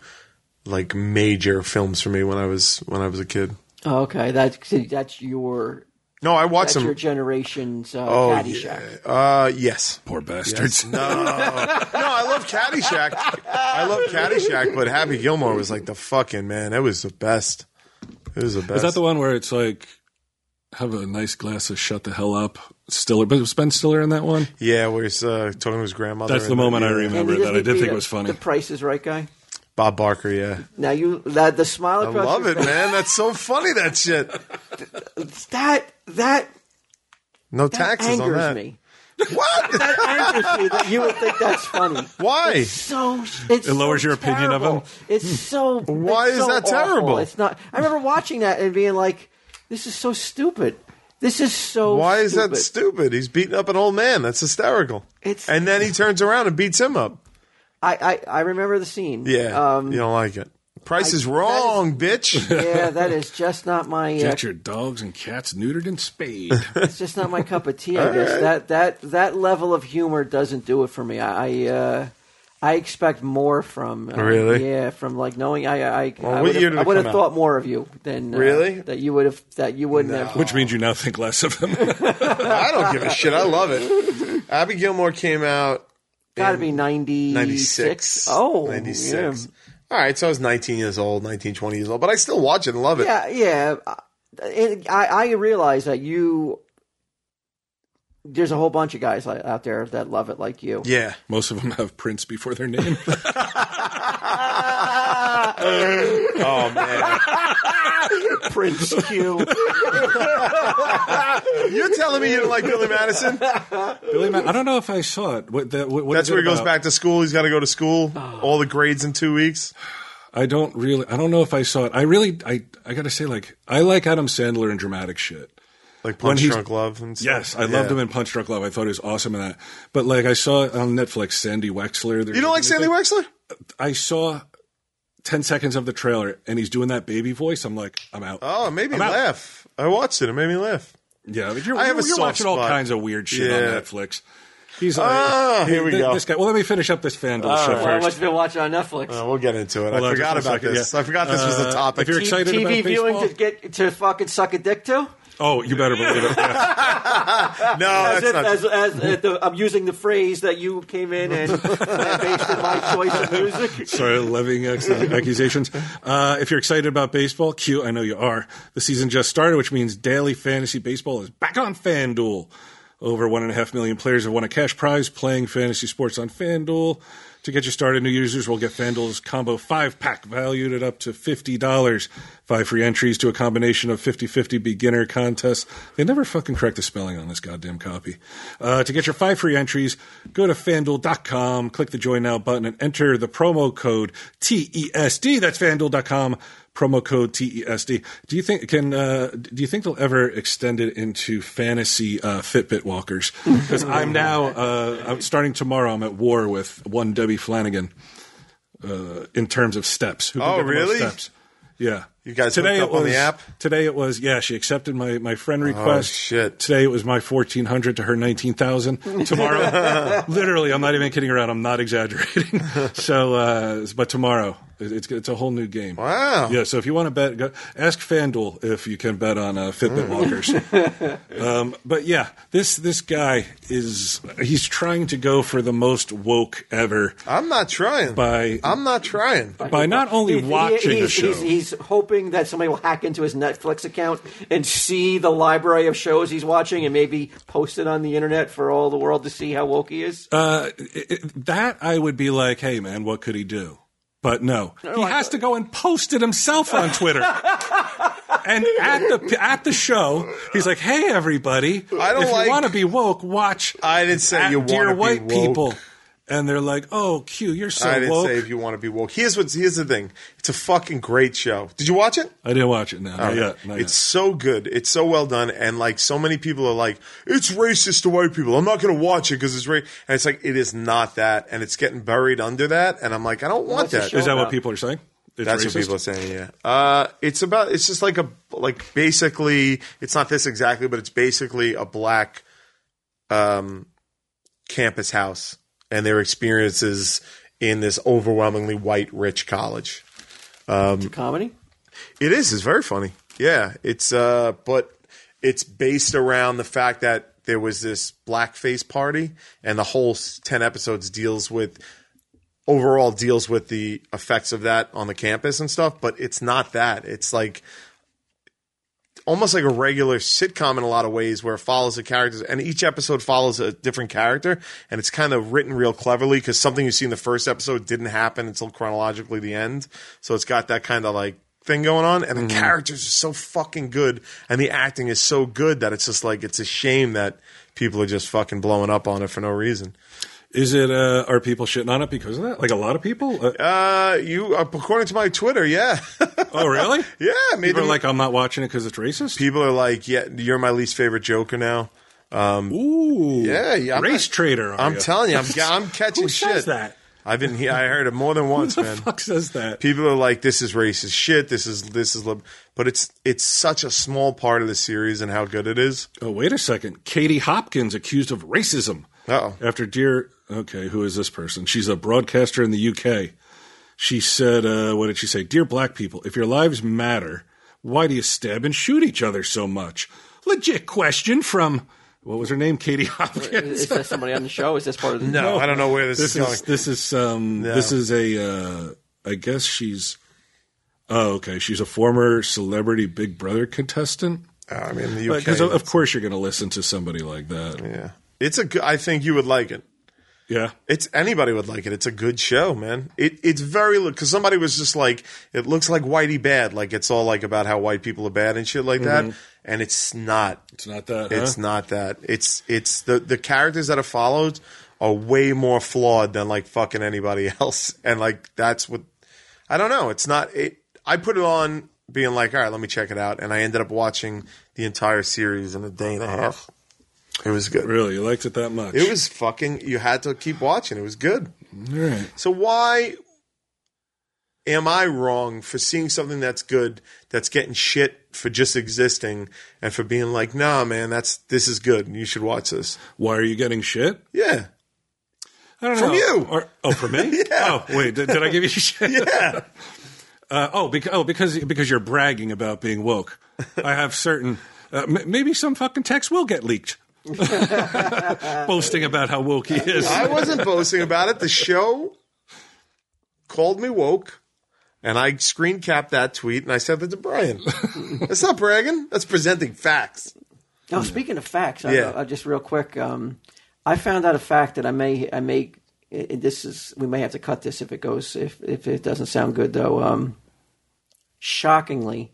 like major films for me when I was when I was a kid. Oh, okay, that's that's your No, I watched that's them. your generation's uh, Oh, Caddyshack. yeah. Uh, yes. Poor bastards. Yes. No, no, I love Caddyshack. I love Caddyshack, but Happy Gilmore was like the fucking man. It was the best. It was the best. Is that the one where it's like have a nice glass of shut the hell up? Stiller, but was Ben Stiller in that one? Yeah, where he's uh, talking to his grandmother. That's the and- moment I yeah. remember he that. I doesn't did beat think it up was funny. The Price is Right guy. Bob Barker, yeah. Now you that the smile I across love your it, face- man. That's so funny, that shit. That that, No that taxes on angers that. me. What? That angers me that you would think that's funny. Why? So it's It lowers so your opinion of terrible. him? It's so Hmm. Why it's is so that awful. terrible? It's not. I remember watching that and being like, "This is so stupid. This is so. Why is stupid. that stupid? He's beating up an old man. That's hysterical. It's- and then he turns around and beats him up. I, I I remember the scene. Yeah. Um, you don't like it. Price is wrong, bitch. yeah, that is just not my. Uh, Get your dogs and cats neutered and spayed. it's just not my cup of tea. I guess that that that level of humor doesn't do it for me. I I, uh, I expect more from uh, Really? yeah from like knowing I I, Well, I what would year did have, it I would have come out? thought more of you than uh, Really? that you would have that you wouldn't No. have. Which means you now think less of him. I don't give a shit. I love it. Abby Gilmore came out Got to be ninety 96. Oh, 96. All right, so I was 19 years old, 19, 20 years old, but I still watch it and love it. Yeah, yeah. yeah. It- I I realize that you. There's a whole bunch of guys li- out there that love it like you. Yeah. Most of them have Prince before their name. Oh, man. Oh, Prince Q. You're telling me you don't like Billy Madison? Billy Ma- I don't know if I saw it. What, that, what, what That's is it where he goes about? back to school. He's got to go to school. Oh. All the grades in two weeks. I don't really. I don't know if I saw it. I really. I. I gotta say, like, I like Adam Sandler in dramatic shit. Like When Punch he's- Drunk Love. And stuff. Yes, I loved him in Punch Drunk Love. I thought he was awesome in that. But like, I saw it on Netflix Sandy Wexler. There's You don't like Sandy another Wexler? thing. I saw ten seconds of the trailer, and he's doing that baby voice. I'm like, I'm out. Oh, it made me I'm out. laugh. I watched it. It made me laugh. Yeah, but you're, I have you're, a you're soft watching all spot. kinds of weird shit Yeah. on Netflix. He's like, Ah, here we th- go. This guy. Well, let me finish up this FanDuel shit right. first. What's been watching on Netflix? Uh, we'll get into it. Hold I on forgot just one about second, this. yeah. I forgot this was Uh, the topic. If you're excited about TV viewing baseball- to get to fucking suck a dick to. oh, you better believe it. Yeah. no, As that's if, not. as, as, as the, I'm using the phrase that you came in and, and based on my choice of music. Sorry, levying ex- accusations. Uh, if you're excited about baseball, Q, I know you are. The season just started, which means daily fantasy baseball is back on FanDuel. Over one and a half million players have won a cash prize playing fantasy sports on FanDuel. To get you started, new users will get FanDuel's combo five pack valued at up to $50. Five free entries to a combination of 50 50 beginner contests. They never fucking correct the spelling on this goddamn copy. Uh, to get your five free entries, go to fanduel.com, click the join now button, and enter the promo code TESD. That's fanduel.com, promo code TESD. Do you think can uh, do you think they'll ever extend it into fantasy uh, Fitbit walkers? Because I'm now uh, I'm starting tomorrow. I'm at war with one Debbie Flanagan uh, in terms of steps. Who can Oh, get the most really? Steps? Yeah. You guys hooked up on the app? Today it was yeah. She accepted my my friend Oh, request. shit. Today it was my fourteen hundred to her nineteen thousand. Tomorrow, literally, I'm not even kidding around. I'm not exaggerating. so, uh, but tomorrow it- it's it's a whole new game. Wow. Yeah. So if you want to bet, go, ask FanDuel if you can bet on uh, Mm. Fitbit walkers. um, but yeah, this this guy is he's trying to go for the most woke ever I'm not trying. by I'm not trying. by not only He- he- watching he's, a show. He's, he's hoping that somebody will hack into his Netflix account and see the library of shows he's watching and maybe post it on the internet for all the world to see how woke he is. Uh, it, it- that I would be like, hey man, what could he do? But no, he has to go and post it himself on Twitter. and at the at the show, he's like, hey everybody, I don't if like- you want to be woke, watch. I didn't say at you wanna dear be white woke. people. And they're like, oh, Q, you're so I didn't woke. say if you want to be woke. Here's what's here's the thing. It's a fucking great show. Did you watch it? I didn't watch it. No, not yet. Not It's so good. It's so well done. And like so many people are like, it's racist to white people. I'm not going to watch it because it's ra-. And it's like, it is not that. And it's getting buried under that. And I'm like, I don't want What's the that. yet. Is that Uh, what people are saying? It's That's racist? what people are saying. Yeah, uh, it's about. It's just like a like basically. It's not this exactly, but it's basically a black um, campus house and their experiences in this overwhelmingly white rich college. Comedy? It is. It's very funny. Yeah. It's uh but it's based around the fact that there was this blackface party and the whole s- 10 episodes deals with overall deals with the effects of that on the campus and stuff, but it's not that. It's like almost like a regular sitcom in a lot of ways where it follows the characters and each episode follows a different character and it's kind of written real cleverly because something you see in the first episode didn't happen until chronologically the end so it's got that kind of like thing going on and Mm-hmm. the characters are so fucking good and the acting is so good that it's just like it's a shame that people are just fucking blowing up on it for no reason Is it? Uh, are people shitting on it because of that? Like a lot of people? Uh, uh you according to my twitter yeah oh, really? yeah maybe People are like, I'm not watching it because it's racist. people are like yeah you're my least favorite joker now Ooh, Yeah, yeah, I'm race not- trader. Are I'm ya? telling you, I'm, ga- I'm catching Who shit. says that? I've been he- I heard it more than once, Who the man. fuck says that? People are like, "This is racist shit. This is this is," lib-. but it's it's such a small part of the series and how good it is. Oh, wait a second. Katie Hopkins accused of racism. Uh-oh. After dear, okay, who is this person? She's a broadcaster in the UK. She said, uh, what did she say? Dear black people, if your lives matter, why do you stab and shoot each other so much? Legit question from, what was her name? Katie Hopkins. Is that somebody on the show? Is this part of the No, I don't know where this, This is going. is, this is, um, this is a, uh, I guess she's, oh, okay. She's a former celebrity Big Brother contestant. Uh, I mean, the UK. Because, of, of course, you're going to listen to somebody like that. yeah, it's a. Good, I think you would like it. Yeah. It's anybody would like it. It's a good show, man. It it's very because Mm-hmm. somebody was just like, it looks like Whitey bad, like it's all like about how white people are bad and shit like that. and it's not. It's not that. It's huh? not that. It's it's the the characters that are followed are way more flawed than like fucking anybody else, and like that's what I don't know. It's not. It. I put it on being like, all right, let me check it out, and I ended up watching the entire series in a day and a half. It was good. Really, you liked it that much? It was fucking. You had to keep watching. It was good. All right. So why am I wrong for seeing something that's good that's getting shit for just existing and for being like, nah, man, that's this is good and you should watch this. Why are you getting shit? Yeah. I don't From know. you. Or, oh, from me? Yeah. Oh, wait, did, did I give you shit? Yeah. Uh, oh, because, oh, because because you're bragging about being woke. I have certain. Uh, m- maybe some fucking text will get leaked, boasting about how woke he is. I wasn't boasting about it. The show called me woke. And I screen capped that tweet and I sent it to Brian. That's not bragging. That's presenting facts. Now, speaking of facts, I, Yeah. I just real quick, um, I found out a fact that I may, I may, and this is, we may have to cut this if it goes, if if it doesn't sound good though. Um, shockingly,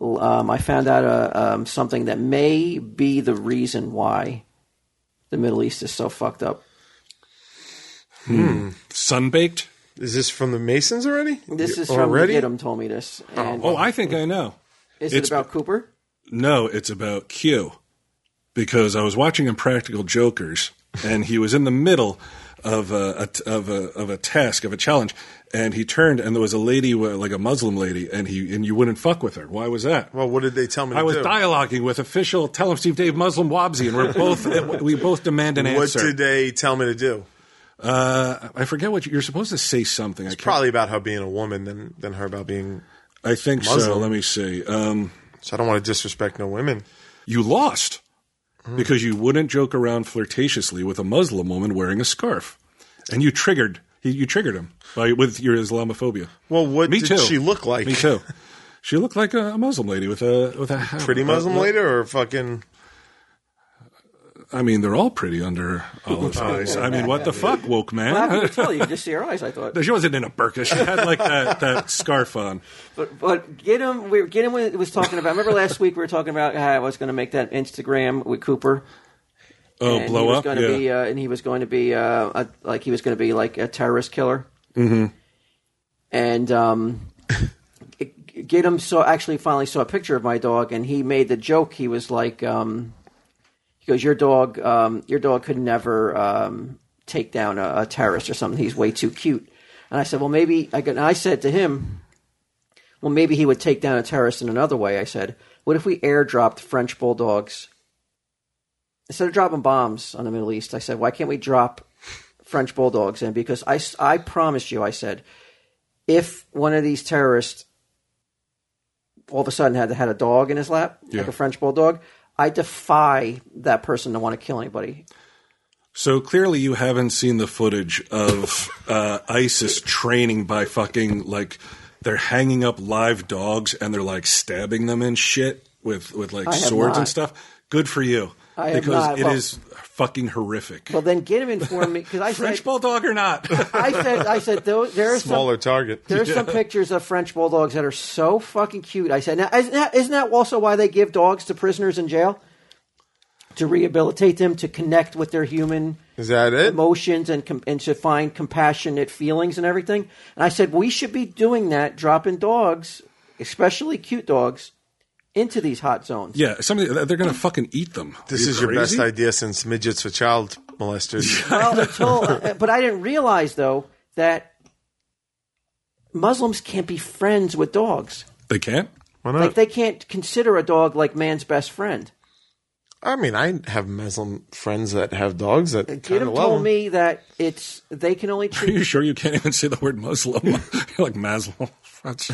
um, I found out uh, um, something that may be the reason why the Middle East is so fucked up. Sunbaked. Is this from the Masons already? This is from already. Gidim told me this. And Oh, I think I know. is it it's- about Cooper? No, it's about Q. Because I was watching Impractical Jokers, and he was in the middle of a, a- of a of a task of a challenge, and he turned, and there was a lady, wa- like a Muslim lady, and he and you wouldn't fuck with her. Why was that? well, what did they tell me? I to was do? dialoguing with official Tell him Steve Dave Muslim Wabzi, and we're both we both demand an What answer. did they tell me to do? uh, I forget what you, you're supposed to say. Something I can't, probably about her being a woman than than her about being. I think so. Muslim. Let me see. Um, So I don't want to disrespect no women. you lost Hmm. because you wouldn't joke around flirtatiously with a Muslim woman wearing a scarf, and you triggered he- you triggered him by, with your Islamophobia. Well, what Me did too. she look like? Me too. she looked like a, a Muslim lady with a with a Pretty Muslim lady or fucking? I mean, they're all pretty under olive Oh, eyes. I mean, what the fuck, woke man? Well, how could I tell you? You just see her eyes. I thought. She wasn't in a burqa. She had like that, that scarf on. But but get him. We get him. Was talking about. Remember last week we were talking about how I was going to make that Instagram with Cooper. Oh, and blow he was up! Going to Yeah. be, uh, and he was going to be uh, a, like he was going to be like a terrorist killer. Mm-hmm. And um, get him. So actually, finally saw a picture of my dog, and he made the joke. He was like, um, he goes, "Your dog, um, your dog could never um, take down a, a terrorist or something. He's way too cute." And I said, "Well, maybe." I, could, and I said to him, "Well, maybe he would take down a terrorist in another way." I said, "What if we airdropped French bulldogs?" instead of dropping bombs on the Middle East, I said, why can't we drop French bulldogs in? Because I, I promised you, I said, if one of these terrorists all of a sudden had had a dog in his lap, like Yeah. a French bulldog, I defy that person to want to kill anybody. So clearly, you haven't seen the footage of uh, ISIS training by fucking like they're hanging up live dogs and they're like stabbing them and shit with with like I have swords not. and stuff. Good for you I have because not. it is Well- fucking horrific. Well, then get him informed me because I French said, bulldog or not? I said, I said, there, there are Smaller some, target. there's some pictures of French bulldogs that are so fucking cute. I said, now isn't that, isn't that also why they give dogs to prisoners in jail to rehabilitate them to connect with their human? Is that it? emotions and com- and to find compassionate feelings and everything. And I said we should be doing that, dropping dogs, especially cute dogs, into these hot zones. yeah, somebody they're gonna fucking eat them. Are This you is your crazy? best idea since midgets for child molesters. Well, until, uh, but I didn't realize though that Muslims can't be friends with dogs. They can't. Why not? Like they can't consider a dog like man's best friend. I mean, I have Muslim friends that have dogs that kind Gidim of love told them. me that it's they can only Are treat you sure you can't even say the word Muslim? You're like Maslow. That's-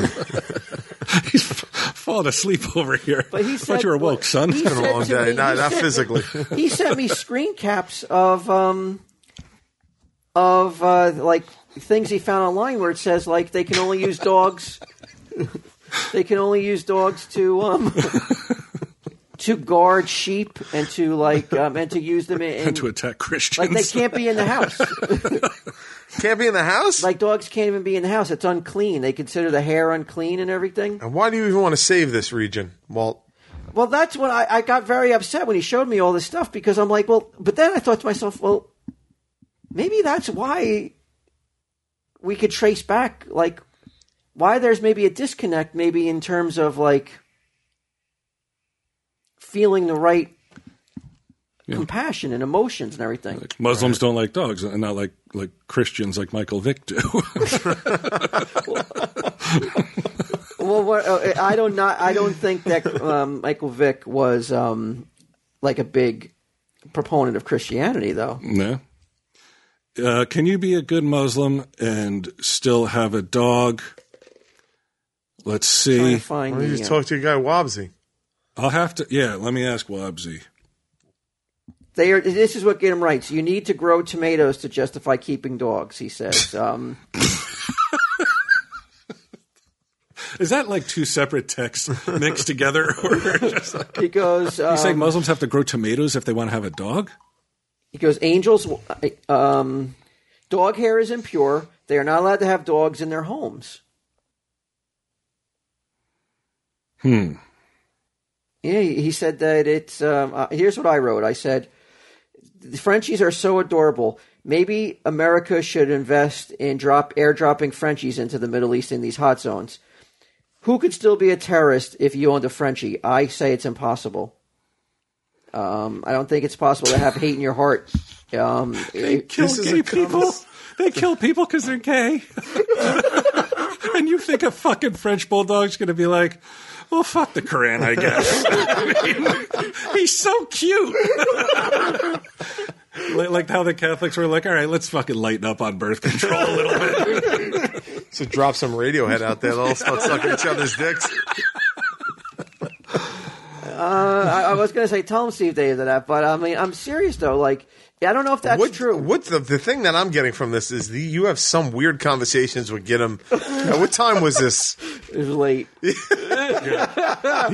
He's f- falling asleep over here. But he I said, thought you were woke, what- son. he Been said a long to day. me- Nah, he not said- physically. he sent me screen caps of um of uh like things he found online where it says like they can only use dogs they can only use dogs to um to guard sheep and to like um and to use them in, in to attack like Christians. they can't be in the house Can't be in the house. like dogs can't even be in the house it's unclean they consider the hair unclean and everything and why do you even want to save this region, Walt? Well, that's when I, I got very upset when he showed me all this stuff because I'm like, well, but then I thought to myself, well, maybe that's why we could trace back, like, why there's maybe a disconnect, maybe in terms of like feeling the right compassion and emotions and everything. Muslims don't like dogs, and not like like Christians like Michael Vick do. well, what, uh, I don't not I don't think that um, Michael Vick was um, like a big proponent of Christianity, though. no. Uh, can you be a good Muslim and still have a dog? Let's Trying see. to find Why don't you the, just uh, talk to your guy Wobsy? I'll have to. Yeah, let me ask Wobsy. They are. This is what Ginnam writes. You need to grow tomatoes to justify keeping dogs. He says. Um, Is that like two separate texts mixed together? Or just like, he goes. Um, you say Muslims have to grow tomatoes if they want to have a dog? he goes. Angels. Um, dog hair is impure. They are not allowed to have dogs in their homes. Hmm. Yeah, he he said that it's. Um, uh, here's what I wrote. I said, the Frenchies are so adorable. Maybe America should invest in drop airdropping Frenchies into the Middle East in these hot zones. Who could still be a terrorist if you owned a Frenchie? I say it's impossible. Um, I don't think it's possible to have hate in your heart. Um, it- Kill This is gay a people. convers- They kill people because they're gay. and you think a fucking French bulldog's going to be like, well, fuck the Koran, I guess. I mean, he's so cute. like, like how the Catholics were like, all right, let's fucking lighten up on birth control a little bit. So drop some Radiohead out there. They'll all start sucking each other's dicks. I, I was going to say tell them Steve Dave that, but I mean I'm serious though. Like I don't know if that's What, true. What the, the thing that I'm getting from this is the, you have some weird conversations with Ginnam. At what time was this? It was late. He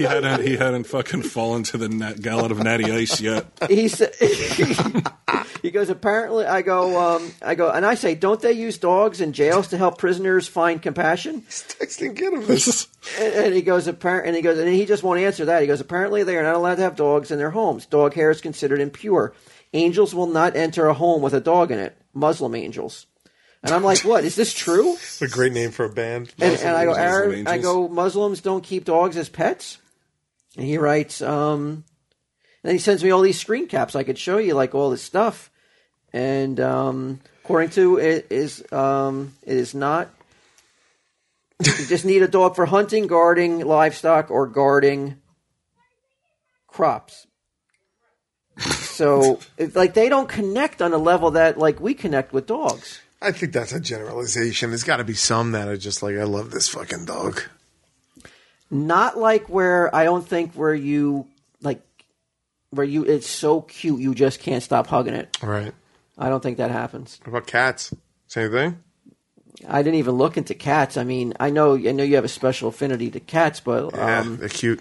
hadn't, he hadn't fucking fallen to the nat- gallon of natty ice yet. he said he goes apparently i go um, i go and i say don't they use dogs in jails to help prisoners find compassion He's texting Ginnam this. and, and he goes apparent and he goes and he just won't answer that he goes apparently they are not allowed to have dogs in their homes dog hair is considered impure angels will not enter a home with a dog in it muslim angels and i'm like what is this true It's a great name for a band. and, and I go, Muslim Aaron, angels. I go, Muslims don't keep dogs as pets. And he writes, um, and he sends me all these screen caps. I could show you like all this stuff. And um, according to it is um, it is not. You just need a dog for hunting, guarding livestock, or guarding crops. So, it's like, they don't connect on a level that like we connect with dogs. I think that's a generalization. There's got to be some that are just like, I love this fucking dog. not like where I don't think where you like where you it's so cute you just can't stop hugging it. Right. I don't think that happens. What about cats? Same thing? I didn't even look into cats. I mean, I know I know you have a special affinity to cats, but Yeah, um, they're cute.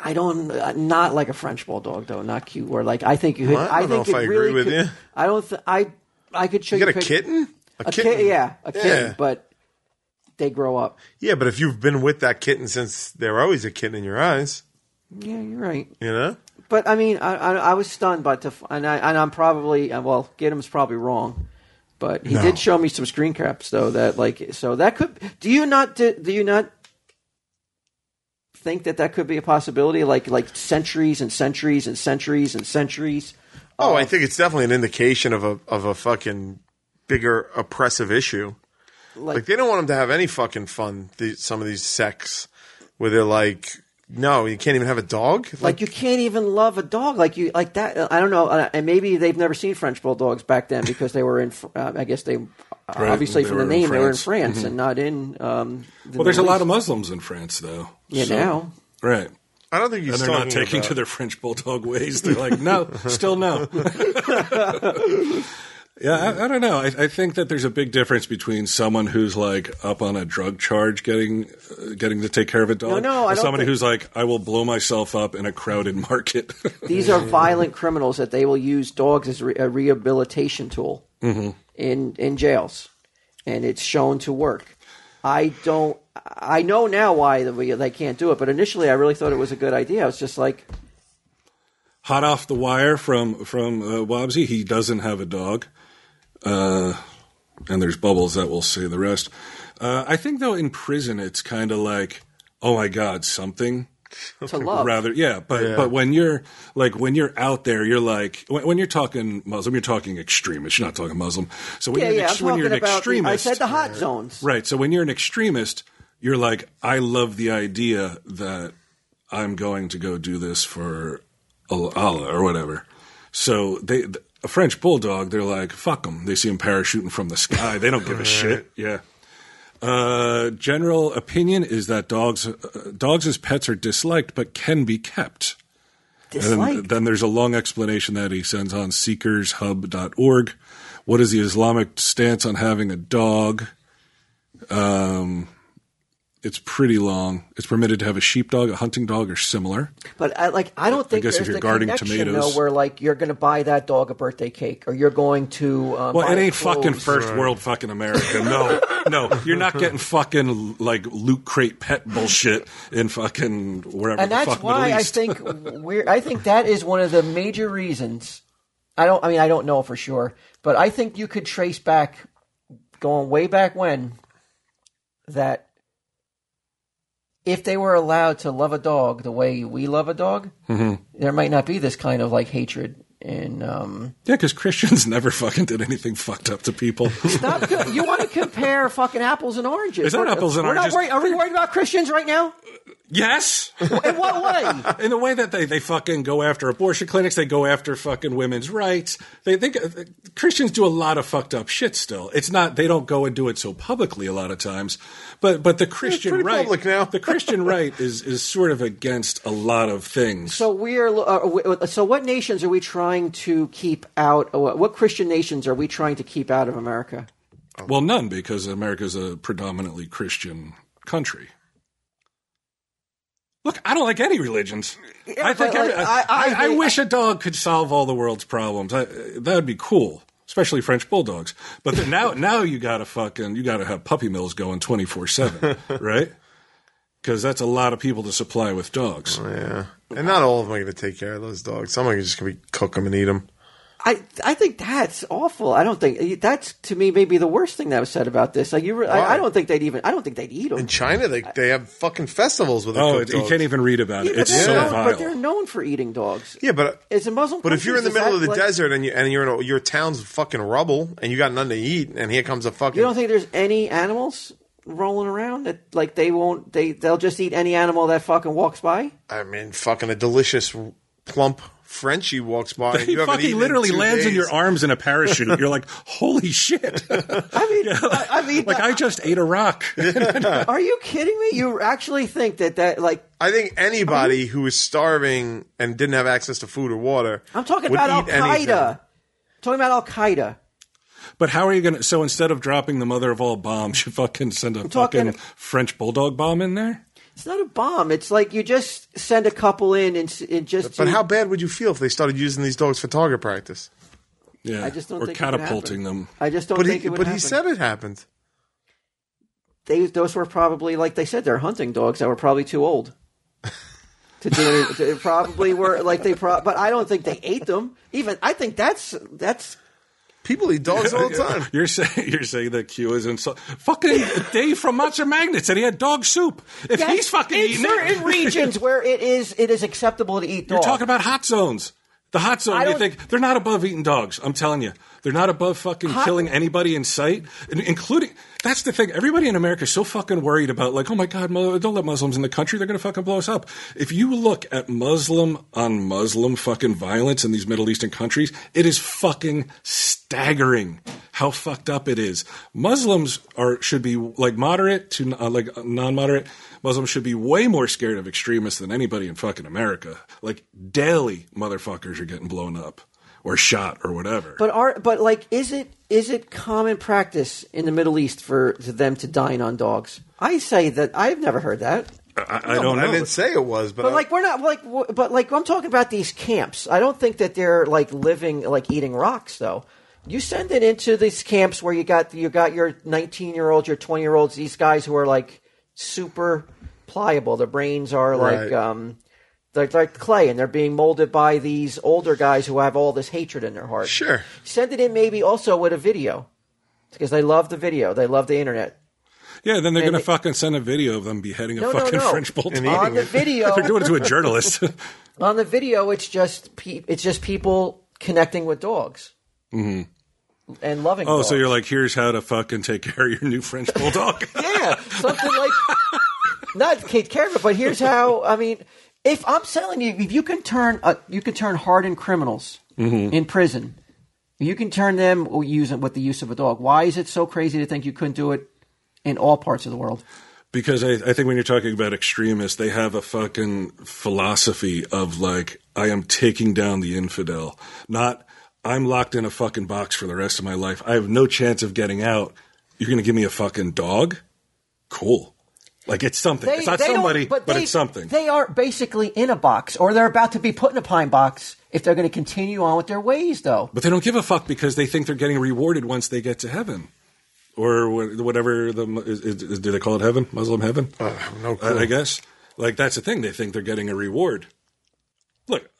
I don't uh, not like a French bulldog though, not cute. Or like I think you could, I don't I, know think if it I agree really with could- you. I don't th- I I could show You you, got a pic- kitten? a kid, yeah, a kitten, Yeah. but they grow up. Yeah, but if you've been with that kitten since they're always a kitten in your eyes, Yeah, you're right. you know? But I mean, I, I, I was stunned, but to, f- and I and I'm probably uh, well, Giddim's probably wrong, but he No. did show me some screen caps though that like so that could do you not do, do you not think that that could be a possibility like like centuries and centuries and centuries and centuries Oh, I think it's definitely an indication of a of a fucking bigger oppressive issue. like, Like they don't want them to have any fucking fun. These, some of these sects where they're like, no, you can't even have a dog. like you can't even love a dog like you like that uh, I don't know uh, and maybe they've never seen French bulldogs back then because they were in Fr- uh, I guess they uh, obviously they from were the in name they were in France. Mm-hmm. France and not in um the Well, there's a Middle lot of East. Muslims in France, though. yeah So- now Right. I don't think he's And they're not talking taking about- to their French bulldog ways. They're like, no, still no. yeah, I, I don't know. I, I think that there's a big difference between someone who's like up on a drug charge, getting uh, getting to take care of a dog, no, I don't and somebody think- who's like, I will blow myself up in a crowded market. These are violent criminals that they will use dogs as re- a rehabilitation tool in in jails, and it's shown to work. I don't. I know now why that we- they can't do it, but initially I really thought it was a good idea. I was just like, Hot off the wire from from uh, Wobbsy. He doesn't have a dog, uh, and there's bubbles that will say the rest. Uh, I think though in prison it's kind of like, oh my god, something. to love. rather yeah but Yeah. but when you're like when you're out there you're like when, when you're talking muslim you're talking extremist you're not talking muslim so when yeah, you're, an yeah. I'm ex- when talking you're an about. The, I extremist uh, said the hot zones. right so when you're an extremist you're like i love the idea that i'm going to go do this for Al- allah or whatever so they th- a french bulldog they're like fuck them they see him parachuting from the sky they don't give a shit yeah uh, general opinion is that dogs uh, dogs as pets are disliked but can be kept. And then, Disliked. then there's a long explanation that he sends on seekershub.org. What is the Islamic stance on having a dog? Um, it's pretty long. It's permitted to have a sheepdog, a hunting dog, or similar. But I, like, I don't think guess if there's you're the guarding connection, tomatoes- though, where like you're going to buy that dog a birthday cake, or you're going to. Uh, Well, buy it ain't clothes. fucking first world fucking America. No, no, you're not getting fucking like loot crate pet bullshit in fucking wherever. and the that's fuck why Middle I East. think we're. I think that is one of the major reasons. I don't. I mean, I don't know for sure, but I think you could trace back, going way back when, that if they were allowed to love a dog the way we love a dog, Mm-hmm. there might not be this kind of like hatred. And um, Yeah, because Christians never fucking did anything fucked up to people. stop. co- you want to compare fucking apples and oranges? It's not We're- apples and we're oranges. Not worried, are we worried about Christians right now? yes, In what way? in the way that they, they fucking go after abortion clinics, they go after fucking women's rights. They think uh, Christians do a lot of fucked up shit. Still, it's not they don't go and do it so publicly a lot of times. But but the Christian pretty right, public now. the Christian right is is sort of against a lot of things. So we are. Uh, we- so what nations are we trying to keep out? uh, What what Christian nations are we trying to keep out of America? well, none because America's a predominantly Christian country. Look, I don't like any religions. I but, think like, every- I, I- I- I wish a dog could solve all the world's problems. I, that would be cool, especially French bulldogs. But then now, now you gotta fucking you gotta have puppy mills going twenty four seven, right? Because that's a lot of people to supply with dogs. Yeah, and not all of them are going to take care of those dogs. Some are just going to cook them and eat them. I I think that's awful. I don't think that's to me maybe the worst thing that was said about this. Like you, re- I, I don't think they'd even. I don't think they'd eat them. In China, they they have fucking festivals with. Oh, Oh, it, you can't even read about it. but, It's so they're known, vile. but they're known for eating dogs. Yeah, but It's a Muslim. But if you're in the country, middle of does the that, desert like- and you and you're in a, your town's fucking rubble and you got nothing to eat, and here comes a fucking you don't think there's any animals rolling around that like they won't they they'll just eat any animal that fucking walks by? I mean, fucking a delicious plump Frenchie walks by. and He you haven't fucking eaten literally in two lands in days. your arms in a parachute. You're like, holy shit. I mean, I, I mean, like, I just ate a rock. are you kidding me? You actually think that that like I think anybody who is starving and didn't have access to food or water. I'm talking would about Al eat anything. Qaeda. Talking about Al Qaeda. But how are you going to? So instead of dropping the mother of all bombs, you fucking send a talking- fucking French bulldog bomb in there? It's not a bomb. It's like you just send a couple in and, s- and just. But to- how bad would you feel if they started using these dogs for target practice? Yeah. I just don't or think it would catapulting happen. them. I just don't But think he, it would but he happen. said it happened. they, those were probably like they said they're hunting dogs that were probably too old to do it. They probably were like they pro- but I don't think they ate them. Even I think that's that's People eat dogs all the time. You're saying you're saying that Q is insult. Fucking Dave from Monster Magnet said he had dog soup. If he's fucking in eating certain it, regions where it is it is acceptable to eat you're dogs. talking about hot zones. The hot zone. I You don't- think they're not above eating dogs? I'm telling you, they're not above fucking killing anybody in sight, in- including. That's the thing. Everybody in America is so fucking worried about like, oh my god, mu- don't let Muslims in the country. They're gonna fucking blow us up. If you look at Muslim on Muslim fucking violence in these Middle Eastern countries, it is fucking staggering how fucked up it is. Muslims are should be like moderate to uh, like non-moderate. Muslims should be way more scared of extremists than anybody in fucking America. Like daily, motherfuckers are getting blown up or shot or whatever. But are but like is it is it common practice in the Middle East for them to dine on dogs? I say that I've never heard that. I, I don't I know. didn't say it was, but, But I- like we're not like w- but like I'm talking about these camps. I don't think that they're like living like eating rocks though. you send it into these camps where you got you got your 19 year olds, your 20 year olds, these guys who are like super pliable. Their brains are like Right. um, they're like clay, and they're being molded by these older guys who have all this hatred in their heart. Sure. send it in maybe also with a video because they love the video, they love the internet. Yeah, then And they're going to it- fucking send a video of them beheading a No, no, fucking no. French bull. And dog. eating On the it. video, They're doing it to a journalist. on the video, it's just pe- it's just people connecting with dogs and loving. Mm-hmm. oh, dogs. so you're like, here's how to fucking take care of your new French bulldog. yeah, something like not Kate Carver, but here's how. I mean, if I'm telling you, if you can turn uh, you can turn hardened criminals Mm-hmm. in prison, you can turn them or use it with the use of a dog. Why is it so crazy to think you couldn't do it in all parts of the world? because I, I think when you're talking about extremists, they have a fucking philosophy of like, I am taking down the infidel, not I'm locked in a fucking box for the rest of my life. I have no chance of getting out. You're going to give me a fucking dog? Cool. Like it's something. it's not don't- somebody, but, they- it's something. They are basically in a box, or they're about to be put in a pine box if they're going to continue on with their ways, though. but they don't give a fuck because they think they're getting rewarded once they get to heaven. Or wha- whatever the mu- is, is, is- do they call it heaven? Muslim heaven? no I- I guess. Like that's the thing. They think they're getting a reward. Look,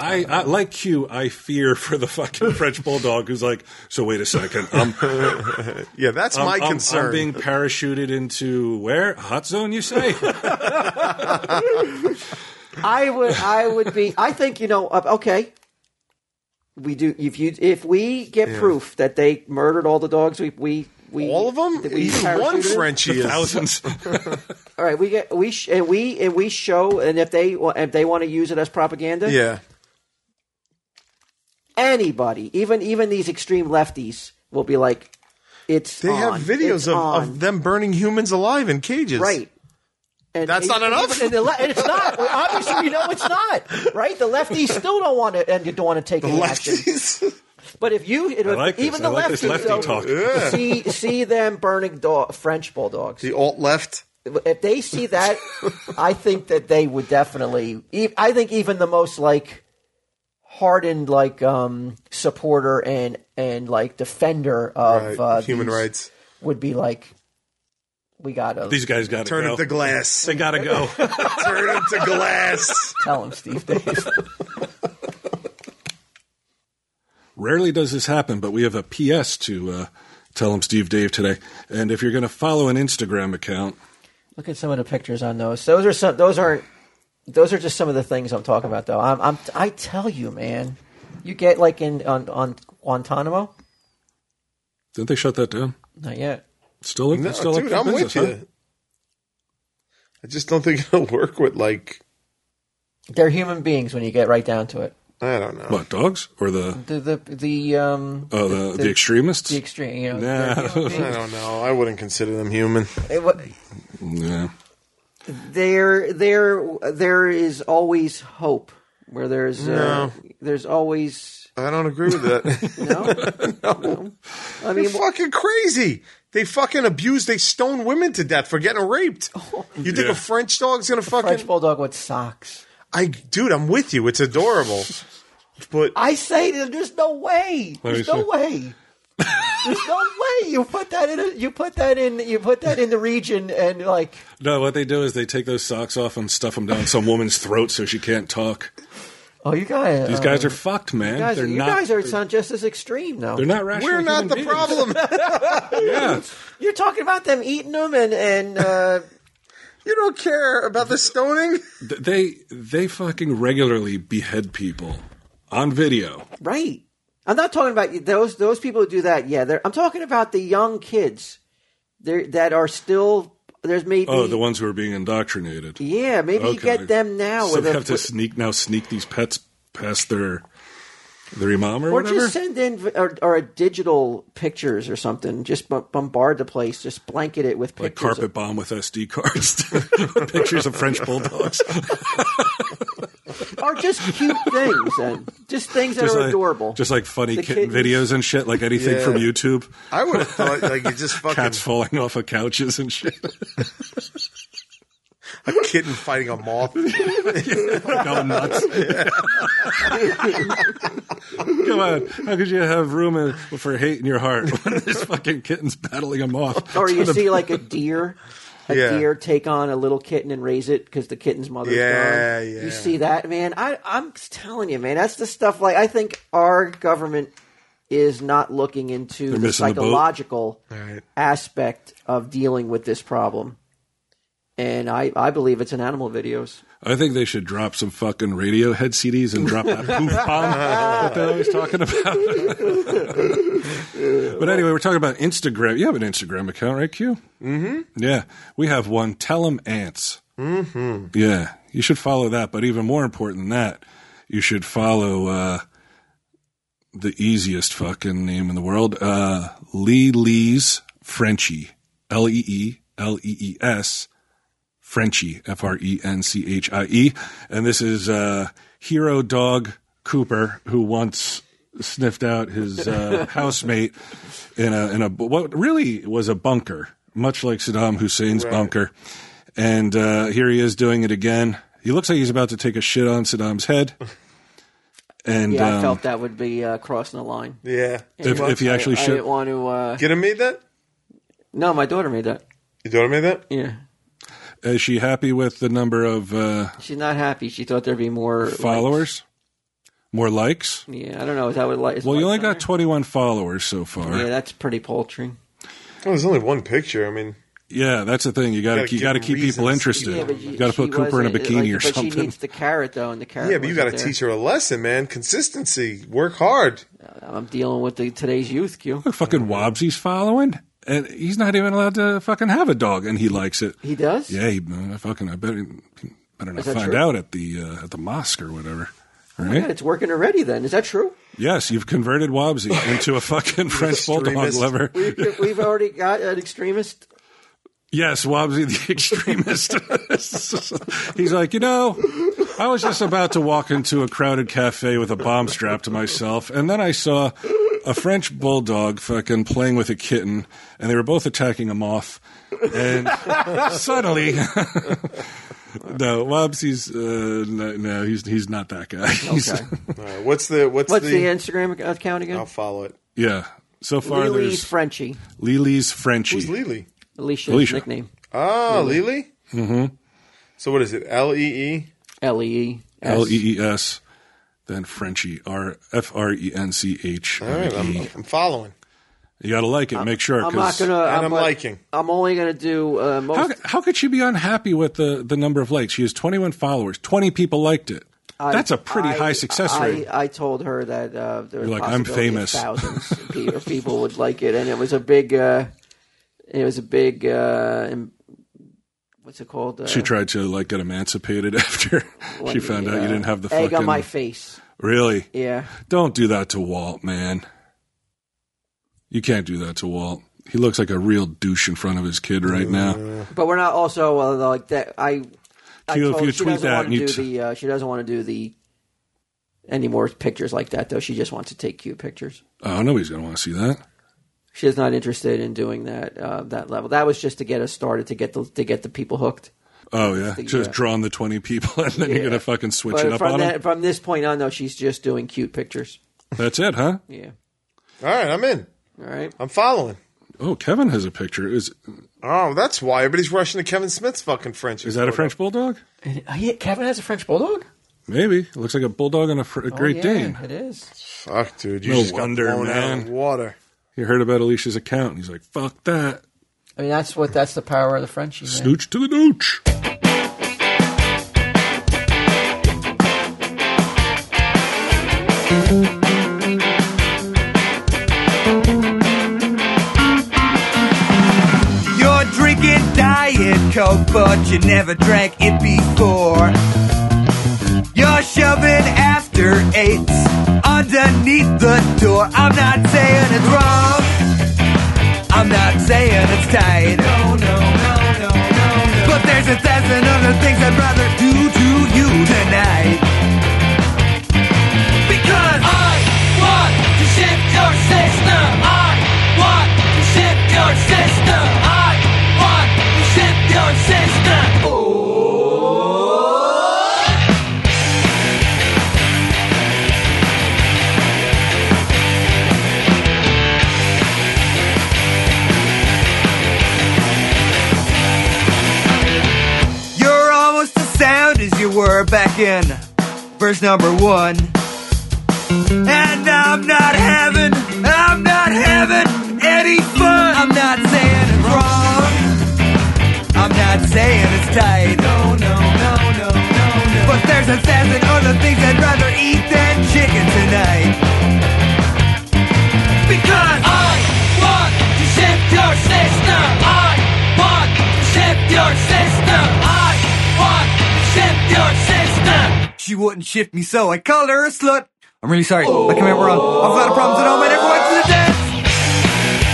I, I like Q. I fear for the fucking French bulldog who's like, so wait a second, I'm, Yeah, that's I'm- my I'm- I'm concern. being parachuted into where hot zone? You say? I would I would be I think you know uh, okay. We do if you if we get proof that they murdered all the dogs we we we All of them? that we Even one parachuted in. Frenchie is. Thousands. All right, we get we sh- and we and we show and if they wa- if they want to use it as propaganda, Yeah. anybody, even even these extreme lefties will be like it's They have on, it's videos of, on. of them burning humans alive in cages. right. And That's not enough? And, the le- and it's not. Well, Obviously, we know it's not. Right? The lefties still don't want to, and you don't want to take any action. Lefties. But if you, it, like this. even I the like this lefties, lefty though, talk. see see them burning dog, French bulldogs. the alt left. If they see that, I think that they would definitely. e- I think even the most like hardened like um supporter and and like defender Right, of uh, human these rights. would be like, we gotta These guys got to Turn go. it to glass. they got to go. Turn it to glass. tell them Steve Davis. Rarely does this happen, but we have a PS to uh, tell him Steve Dave today. And if you're going to follow an Instagram account, Look at some of the pictures on those. Those are some. Those aren't. Those are just some of the things I'm talking about, though. I'm. I'm I tell you, man. You get like in on on Guantanamo. didn't they shut that down? Not yet. Still, No, still dude, active I'm with business, huh? you. I just don't think it'll work with like They're human beings when you get right down to it. I don't know. What dogs or the The the the um oh the, the, extremists? the extreme. You know, Nah. they're human I beings. don't know. I wouldn't consider them human. It wa- yeah, there there there is always hope. Where there's uh, there's always I don't agree with that. no. No. I mean, You're fucking crazy. They fucking abuse. They stone women to death for getting raped. You think Yeah. Oh, a French dog's gonna fucking? French bulldog with socks. I, dude, I'm with you. It's adorable, but I say that there's no way. Let There's me no see. way. There's no way you put that in. A, you put that in. You put that in the region and like no. What they do is they take those socks off and stuff them down some woman's throat so she can't talk. oh you guys These guys are fucked, man. guys, they're you not. guys are not just as extreme though. they're not rational. we're human not the beings. problem. Yeah, You're talking about them eating them and and uh, you don't care about the stoning. Th- they they fucking regularly behead people on video. right. I'm not talking about those those people who do that. Yeah, they're, I'm talking about the young kids. They're, that are still there's maybe Oh, the ones who are being indoctrinated. yeah maybe you Okay. get them now So with they a, have to sneak now sneak these pets past their their imam or, Or whatever. just send in v- or, or a digital pictures or something. Just b- bombard the place. Just blanket it with like pictures. carpet bomb with SD cards, with pictures of French bulldogs. Or just cute things. And just things that are like, adorable. Just like funny The kitten kittens. videos and shit, like anything Yeah. from YouTube. I would have thought like you just fucking Cats falling off of couches and shit. a kitten fighting a moth. Going nuts. Come on, how could you have room in- for hate in your heart when this fucking kitten's battling him off? or to you the- see like a deer, a Yeah. deer take on a little kitten and raise it because the kitten's mother. Yeah, gone. yeah. You see that, man? I, I'm telling you, man, that's the stuff. Like, I think our government is not looking into the missing the boat. psychological Right. aspect of dealing with this problem, and I, I believe it's in animal videos. I think they should drop some fucking Radiohead CDs and drop that poof bomb that they're always talking about. but anyway, we're talking about Instagram. You have an Instagram account, right, Q? Mm-hmm. Yeah, we have one. Tell 'em ants. Mm-hmm. Yeah, you should follow that. But even more important than that, you should follow uh, the easiest fucking name in the world, uh, Lee Lee's Frenchie. L E E L E E S. Frenchie, F R E N C H I E. And this is uh, Hero Dog Cooper, who once sniffed out his uh, housemate in a, in a, what really was a bunker, much like Saddam Hussein's bunker. And uh, here he is doing it again. He looks like he's about to take a shit on Saddam's head. And Yeah, I um, felt that would be uh, crossing the line. Yeah. if, if he actually I shit, didn't want to. Uh, Get him made that? no, my daughter made that. You daughter made that? Yeah, is she happy with the number of uh, she's not happy. She thought there'd be more like, followers? More likes? Yeah, I don't know. Is that what like? uh, Well, you only got 21 followers so far. Yeah, that's pretty paltry. Oh, there's only one picture. I mean, Yeah, that's the thing. You got gotta to you got to give keep reasons. people interested. Yeah, you got to put Cooper in a bikini or uh, But she something. needs the carrot though, and the carrot. yeah, but you got to teach her a lesson, man. Consistency. Work hard. I'm dealing with the today's youth, Q. fucking Wobbsy's following, and he's not even allowed to fucking have a dog, and he likes it. He does. Yeah, he, uh, fucking. I better better not that find true? out at the uh, at the mosque or whatever. Yeah, Right? it's working already. Then is that true? Yes, you've converted Wobbsy into a fucking French bulldog extremist. lover. We've, we've already got an extremist. Yes, Wobbsy the extremist. He's like, you know, I was just about to walk into a crowded cafe with a bomb strapped to myself, and then I saw a French bulldog fucking playing with a kitten, and they were both attacking a moth. And suddenly, no, Wobbsy's uh, no, no, he's he's not that guy. He's- Okay. All right, what's the what's, What's the, the, Instagram account again? I'll follow it. yeah. So far, Lily's there's Frenchie. Lily's Who's Frenchie. Lily? Alicia's Alicia. nickname. Ah, Lily? Mm-hmm. So what is it? L E E? L e e s. L E E S, then Frenchie, R F R E N C H. All right, I'm, I'm following. You got to like it. Make sure. I'm 'cause not gonna. And I'm, I'm like- liking. I'm only gonna do uh, most. How, how could she be unhappy with the, the number of likes? She has 21 followers. 20 people liked it. That's a pretty I- high success I, rate. I told her that uh, there was You're like, like, "I'm famous." Thousands of pe- of people would like it, and it was a big. Uh, it was a big. Uh, em- what's it called? Uh, she tried to like get emancipated after what she the, found out you uh, didn't have the egg fucking. on my face. really? Yeah, Don't do that to Walt, man. You can't do that to Walt. He looks like a real douche in front of his kid right now. but we're not also uh, like that. I. I Q, if told you her she tweet doesn't that want and you to do t- the. Uh, she doesn't want to do the. Any more pictures like that though? She just wants to take cute pictures. Oh, nobody's gonna want to see that. She's not interested in doing that uh, that level. That was just to get us started to get the to get the people hooked. Oh yeah, just yeah. draw on the 20 people, and then you're gonna fucking switch But it up from on that, them. from this point on, though, she's just doing cute pictures. That's it, huh? Yeah. All right, I'm in. All right. I'm following. Oh, Kevin has a picture. Is Oh, that's why everybody's rushing to Kevin Smith's fucking French. is that a French bulldog? He, uh, Kevin has a French bulldog. Oh, Maybe it looks like a bulldog and a, Oh, fr- a Great yeah, Dane. It is. Fuck, dude. You No just wonder, got blown out man. of the water. He heard about Alicia's account, and he's like, "Fuck that, I mean, that's what that's the power of the Frenchie. man. snooch to the nooch." You're drinking Diet Coke, but you never drank it before. You're shoving after eights underneath the door. I'm not saying it's wrong. I'm not saying it's tight. No, no, no, no, no, no. But there's a thousand other things I'd rather do to you tonight. Because I want to shift your system. I want to shift your system. I want to shift your system. Oh. We're back in verse number one. And I'm not having, I'm not having any fun. I'm not saying it's wrong. I'm not saying it's tight. No, no, no, no, no, no. But there's a thousand other things I'd rather eat than chicken tonight. Because I want to shift your system. I want to shift your system. I want to shift your system. She wouldn't shift me, so I called her a slut. I'm really sorry. I came out wrong. I've a lot of problems at home, and everyone's to the dance.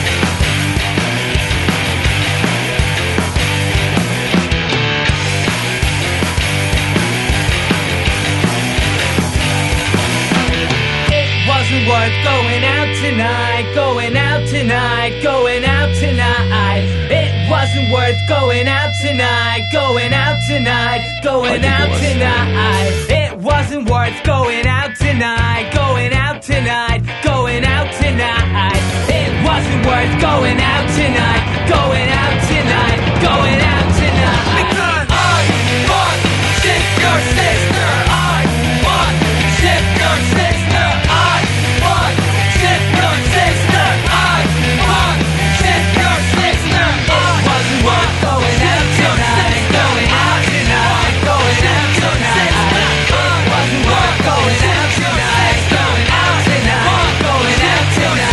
It wasn't worth going out tonight, going out tonight, going out tonight. It wasn't worth going out tonight, going out tonight, going out tonight. It wasn't worth going out tonight, going out tonight, going out tonight. It wasn't worth going out tonight, going out tonight, going out tonight. Because I want shit your sister. I want shit your sister. I want shit your sister. I want shit your sister. It wasn't worth going out tonight, going out tonight, going out tonight. It wasn't worth going out tonight, going out tonight, going out tonight.